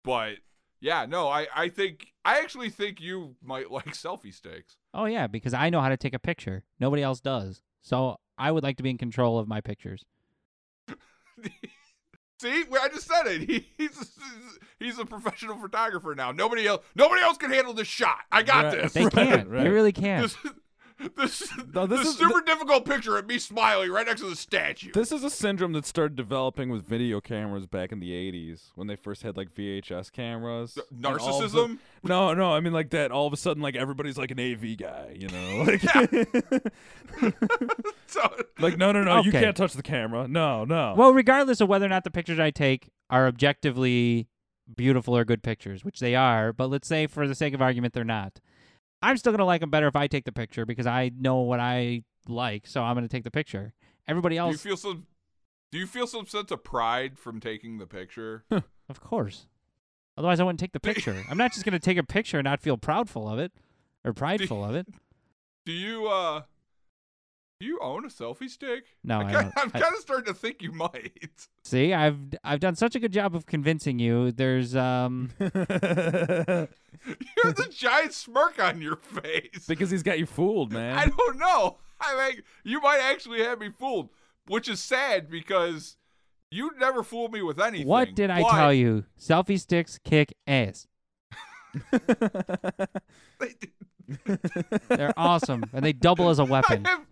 S7: but yeah no i i think i actually think you might *laughs* like selfie sticks
S8: Oh yeah, because I know how to take a picture. Nobody else does. So I would like to be in control of my pictures.
S7: see Well, i just said it *laughs* He- he's he's a professional photographer now nobody else nobody else can handle this shot i got
S6: Right.
S7: this *laughs*
S8: They can't.
S6: right.
S8: They really can't.
S7: this *laughs* this,
S6: No, this
S7: this
S6: is-
S7: super difficult picture of me smiling right next to the statue
S6: This is a syndrome that started developing with video cameras back in the 80s when they first had like VHS cameras. And all of a sudden-
S7: narcissism? *laughs*
S6: no, no, I mean like that all of a sudden like everybody's like an AV guy,
S7: *laughs*
S6: you know. Like
S7: so
S6: *laughs* Like no, no, no, you
S8: Okay.
S6: can't touch the camera. No, no.
S8: Well, regardless of whether or not the pictures I take are objectively beautiful or good pictures, which they are, but let's say for the sake of argument they're not. I'm still going to like them better if I take the picture because I know what I like, so I'm going to take the picture. Everybody
S7: do you
S8: else,
S7: feel some do you feel some sense of pride from taking the
S6: *laughs*
S7: picture
S8: of course. Otherwise, I wouldn't take the picture. I'm not just going to take a picture and not feel proudful of it or prideful of it.
S7: Do you uh Do you own a selfie stick?
S8: No, I
S7: I
S8: don't.
S7: am
S8: I-
S7: kind of starting to think you might.
S8: See, I've I've done such a good job of convincing you. There's um
S6: *laughs*
S7: *laughs* You have the giant smirk on your face.
S1: because he's got you fooled, man.
S7: I don't know. I mean, you might actually have me fooled, which is sad because you never fooled me with anything.
S8: what did I
S7: but
S8: tell you? Selfie sticks kick ass.
S7: *laughs*
S6: *laughs*
S7: they did-
S8: They're awesome and they double as a
S7: I
S8: weapon.
S7: have-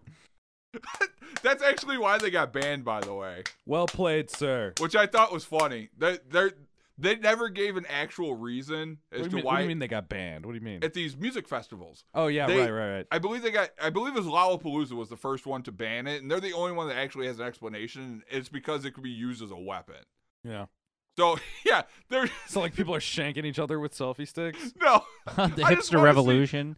S7: *laughs* That's actually why they got banned, by the way,
S1: well played, sir.
S7: which I thought was funny. They they they never gave an actual reason as
S1: What
S7: to
S1: do, you mean, what
S7: why
S1: do you mean they got banned? What do you mean?
S7: at these music festivals.
S1: oh yeah,
S7: they-
S1: right, right, right.
S7: I believe they got. I believe it was Lollapalooza was the first one to ban it, and they're the only one that actually has an explanation. It's because it could be used as a weapon.
S1: Yeah.
S7: So *laughs* yeah, there.
S1: So like people are shanking each other with selfie sticks.
S7: No,
S8: *laughs*
S7: *laughs* I just
S8: the
S7: wanna
S8: hipster
S7: see-
S8: revolution,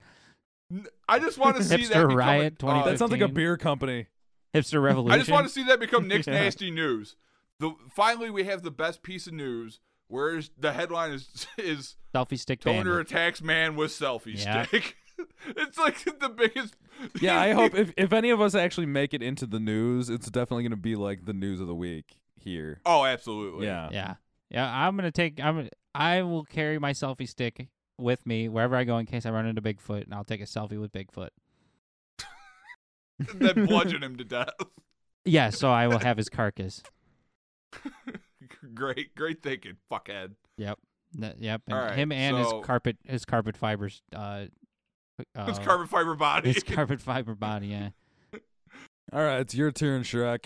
S7: N- I just want to see that
S8: Hipster
S7: become a-
S8: riot,
S7: uh,
S8: 2013.
S1: That sounds like a
S8: 15.
S1: beer company.
S8: hipster revolution.
S7: I just want to see that become Nick's
S1: Yeah.
S7: nasty news. The finally we have the best piece of news. Where's the headline is *laughs* is
S8: selfie stick
S7: toner
S8: bandit.
S7: attacks man with selfie
S8: Yeah.
S7: stick. *laughs* it's like *laughs* the biggest.
S1: Yeah, I hope if, if any of us actually make it into the news, it's definitely gonna be like the news of the week here.
S7: *laughs* oh, absolutely.
S1: Yeah.
S8: Yeah, yeah. I'm gonna take. I'm. I will carry my selfie stick with me wherever I go in case I run into Bigfoot, and I'll take a selfie with Bigfoot.
S7: And then bludgeon him to death. *laughs*
S8: Yeah, so I will have his carcass. *laughs*
S7: great, great thinking, fuckhead.
S8: N- Yep, and
S7: All right,
S8: him and
S7: so-
S8: his carpet, his carpet fibers. Uh, uh,
S7: It's carbon fiber body. *laughs*
S8: his carpet fiber body. Yeah.
S1: All right, it's your turn, Shrek.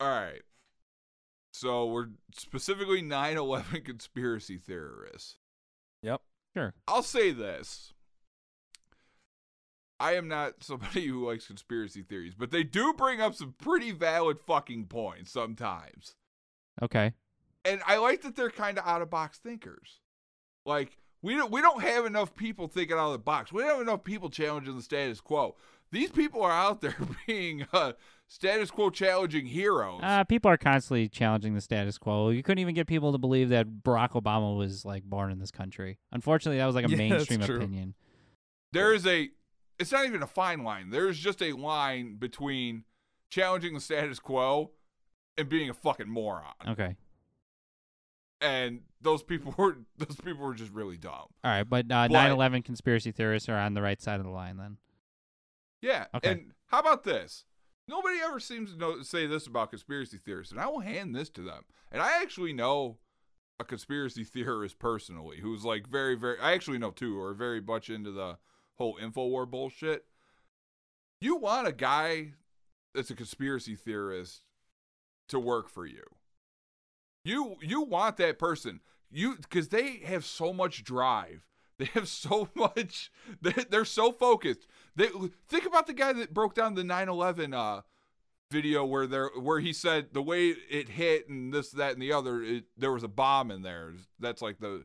S7: All right. So we're specifically 9/11 conspiracy theorists.
S1: Yep.
S7: I'll say this. I am not somebody who likes conspiracy theories, but they do bring up some pretty valid fucking points sometimes.
S8: Okay.
S7: And I like that they're kind of out of box thinkers. Like we don't we don't have enough people thinking out of the box. We don't have enough people challenging the status quo. These people are out there *laughs* being uh, status quo challenging heroes.
S8: Uh, people are constantly challenging the status quo. You couldn't even get people to believe that Barack Obama was like born in this country. Unfortunately, that was like a
S1: Yeah, that's
S8: mainstream
S1: true.
S8: opinion.
S7: there is a it's not even a fine line there's just a line between challenging the status quo and being a fucking moron
S8: Okay.
S7: and those people *laughs* were those people were just really dumb
S8: All right, but uh, 9/11 conspiracy theorists are on the right side of the line then.
S7: yeah
S8: Okay.
S7: and how about this nobody ever seems to know, say this about conspiracy theorists and i will hand this to them and i actually know a conspiracy *laughs* theorist personally who's like very very i actually know two who are very much into the whole infowar bullshit you want a guy that's a conspiracy theorist to work for you. You you want that person. You cuz they have so much drive. *laughs* They have so much *laughs* they- they're so focused. They think about the guy that broke down the 9/11 uh video where there where he said the way it hit and this that and the other it, there was a bomb in there. That's like the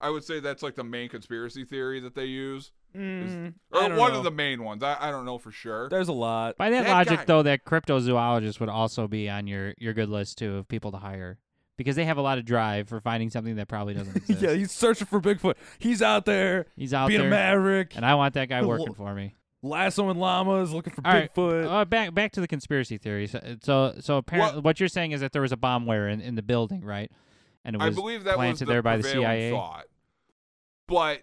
S7: I would say that's like the main conspiracy theory that they use. Is-
S1: Mm, I
S7: or
S1: don't
S7: one
S1: know.
S7: of the main ones. I, I don't know for sure.
S1: There's a lot.
S8: By that,
S7: That
S8: logic
S7: guy-
S8: though, that cryptozoologist would also be on your your good list too of people to hire because they have a lot of drive for finding something that probably doesn't
S1: *laughs*
S8: exist.
S1: Yeah, he's searching for Bigfoot. He's out there
S8: He's out
S1: being
S8: there
S1: a maverick.
S8: and I want that guy
S1: Lo-
S8: working for me.
S1: lassoing llamas, looking for
S8: All right.
S1: Bigfoot.
S8: Uh, back back to the conspiracy theories. Uh, So so apparently,
S7: Well-
S8: what you're saying is that there was a bomb where in, in the building, right? And it was
S7: I believe that was
S8: planted
S7: the
S8: there by the
S7: prevailing
S8: CIA.
S7: Thought. But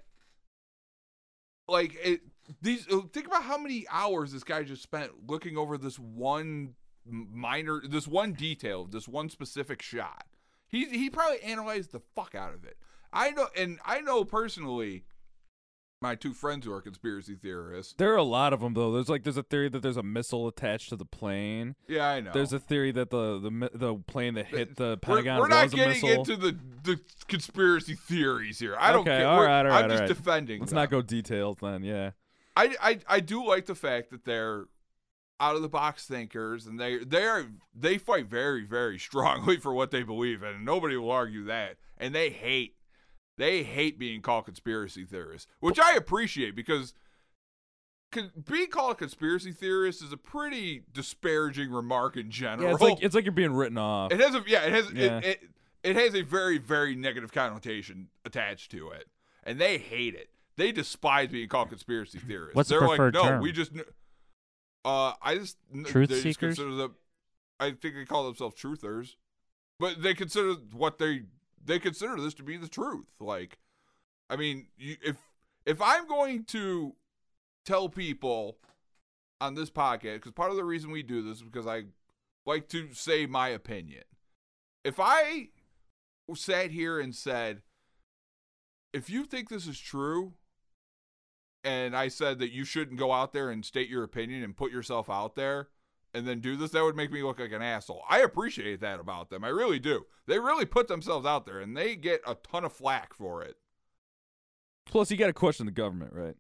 S7: like it, these, uh, think about how many hours this guy just spent looking over this one m- minor, this one detail, this one specific shot. He he probably analyzed the fuck out of it. I know, and I know personally, my two friends who are conspiracy theorists.
S1: There are a lot of them though. There's like there's a theory that there's a missile attached to the plane.
S7: Yeah, I know.
S1: There's a theory that the the mi- the plane that hit the
S7: We're-
S1: Pentagon
S7: We're,
S1: was
S7: not
S1: a
S7: getting
S1: missile.
S7: into the, the conspiracy theories here. I don't
S1: Okay,
S7: care.
S1: all
S7: We're-
S1: right, all right,
S7: I'm
S1: all
S7: just
S1: right.
S7: defending.
S1: Let's
S7: them.
S1: not go detailed then. Yeah.
S7: I, I I do like the fact that they're out of the box thinkers and they they are they fight very very *laughs* strongly for what they believe in and nobody will argue that and they hate they hate being called conspiracy theorists which I appreciate because con- being called a conspiracy theorist is a pretty disparaging remark in general.
S1: Yeah, it's like it's like you're being written off.
S7: It has a yeah. It has
S1: Yeah.
S7: It, it it has a very very negative connotation attached to it, and they hate it. They despise being called conspiracy theorists.
S8: What's the
S7: They're
S8: preferred
S7: like, no,
S8: term?"
S7: we just kn- Uh, I just n-
S8: Truth
S7: they just
S8: seekers?
S7: consider them- I think they call themselves truthers, but they consider what they they consider this to be the truth. Like, I mean, you, if if I'm going to tell people on this podcast, because part of the reason we do this is because I like to say my opinion. If I sat here and said, if you think this is true, and I said that you shouldn't go out there and state your opinion and put yourself out there and then do this, that would make me look like an asshole. I appreciate that about them. I really do. They really put themselves out there and they get a ton of flack for it.
S6: Plus, you got to question the government, right?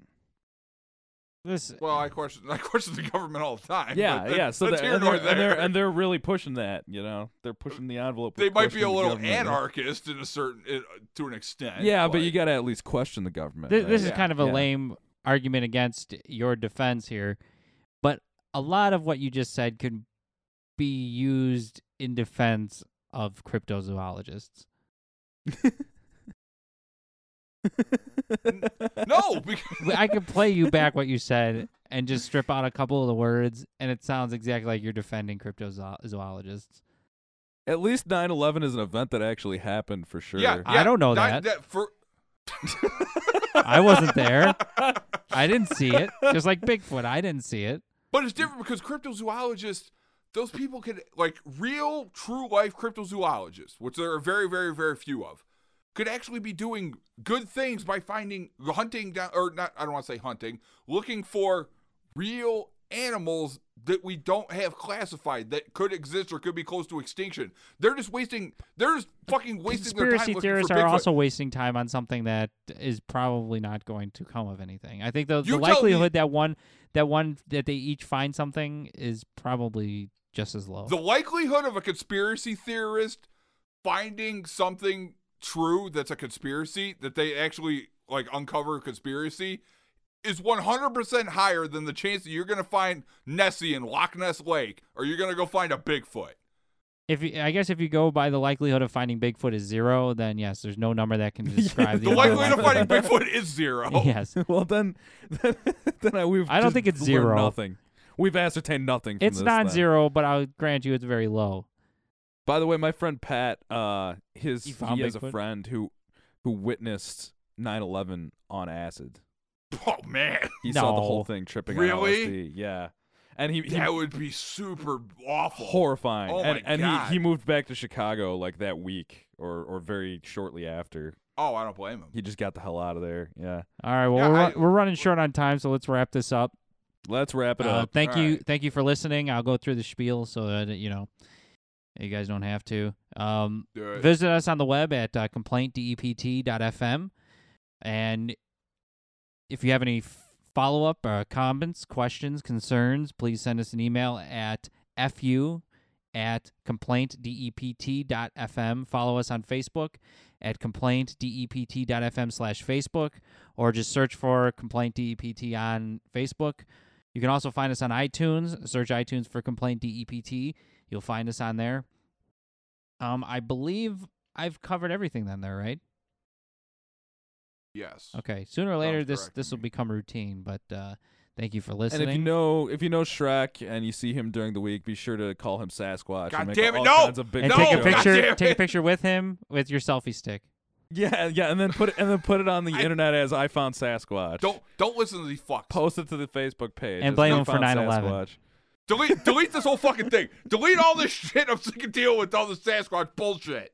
S8: This
S7: Well, I question *laughs* I question the government all the time.
S6: Yeah,
S7: but that-
S6: yeah. So
S7: that's here
S6: they're, and, they're,
S7: nor
S6: and they're
S7: there.
S6: and they're really pushing that. You know, they're pushing the envelope. with
S7: they might be a
S6: questioning the
S7: little
S6: government, right?
S7: anarchist in a certain in- to an extent.
S6: Yeah, but you
S7: like-
S6: got to at least question the government.
S8: Th-
S6: right?
S8: this is
S7: uh, Yeah.
S8: kind of a
S6: Yeah.
S8: lame argument against your defense here, but a lot of what you just said could be used in defense of cryptozoologists.
S7: *laughs* no because
S8: But I could play you back what you said and just strip out a couple of the words, and it sounds exactly like you're defending cryptozoologists.
S6: At least 9/11 is an event that actually happened for sure.
S7: yeah,
S8: I
S7: yeah,
S8: don't know
S7: di-
S8: that.
S7: for,
S8: I wasn't there. I didn't see it. Just like Bigfoot, I didn't see it.
S7: But it's different because cryptozoologists, those people could like real, true life cryptozoologists, which there are very, very, very few of, could actually be doing good things by finding hunting down or not. I don't want to say hunting, looking for real animals that we don't have classified that could exist or could be close to extinction. They're just wasting. They're just fucking wasting their time
S8: conspiracy
S7: looking
S8: theorists
S7: for
S8: are
S7: Bigfoot.
S8: also wasting time on something that is probably not going to come of anything. I think the, the
S7: You tell me-
S8: likelihood that one that one that they each find something is probably just as low.
S7: The likelihood of a conspiracy theorist finding something true that's a conspiracy that they actually like uncover a conspiracy is 100% higher than the chance that you're going to find Nessie in Loch Ness Lake or you're going to go find a Bigfoot.
S8: if you, I guess if you go by the likelihood of finding Bigfoot is zero, then yes, there's no number
S7: *laughs*
S8: that can describe
S7: The
S8: amount of
S7: likelihood of
S8: *laughs*
S7: finding Bigfoot is zero.
S8: Yes,
S6: *laughs* well, then, *laughs* then, then I, we've.
S8: I don't
S6: just
S8: think it's
S6: learned
S8: zero.
S6: Nothing. We've ascertained nothing. From
S8: it's
S6: this then.
S8: non-zero, but I'll grant you it's very low.
S6: By the way, my friend Pat, uh, his
S8: He
S6: he,
S8: found
S6: has
S8: Bigfoot?
S6: a friend who who witnessed 9/11 on acid.
S7: Oh man,
S6: He saw the
S8: No.
S6: whole thing tripping
S7: Really?
S6: on LSD. Yeah, and he, he
S7: that would be super awful.
S6: horrifying.
S7: Oh,
S6: and
S7: my
S6: and
S7: God.
S6: he he moved back to Chicago like that week or or very shortly after.
S7: oh, I don't blame him.
S6: He just got the hell out of there. Yeah,
S8: All right, well
S7: Yeah,
S8: we're,
S7: I-
S8: run, we're running short on time, so let's wrap this up.
S6: let's wrap it
S8: Uh,
S6: up.
S8: Thank
S7: All
S8: you,
S7: right.
S8: thank you for listening. I'll go through the spiel so that you know you guys don't have to. Um,
S7: Do it.
S8: visit us on the web at uh, complaintdept.fm, and if you have any follow up uh, comments, questions, concerns, please send us an email at fu at E complaintdept.fm. Follow us on Facebook at E complaintdept.fm slash Facebook, or just search for Complaint DEPT on Facebook. You can also find us on iTunes. Search iTunes for Complaint DEPT. You'll find us on there. Um, I believe I've covered everything then there, right?
S7: yes.
S8: Okay. Sooner or
S7: Sounds
S8: later this
S7: correct to
S8: this will
S7: me.
S8: become routine, but uh thank you for
S6: And
S8: listening.
S6: if you know if you know Shrek and you see him during the week, be sure to call him Sasquatch.
S7: God
S6: and make
S7: damn it,
S6: all
S7: no!
S6: kinds of big
S8: and
S7: No,
S8: take a
S6: jokes.
S7: God damn
S8: picture
S7: it.
S8: take a picture with him with your selfie stick.
S6: Yeah, yeah, and then put it and then put it on the
S7: I-
S6: internet as I found Sasquatch.
S7: Don't don't listen to these fucks.
S6: post it to the Facebook page
S8: And
S6: as
S8: blame
S6: I
S8: him for
S6: found
S8: 9/11.
S6: Sasquatch.
S7: *laughs* Delete delete this whole fucking thing. Delete all this shit. I'm sick of dealing with all the Sasquatch bullshit.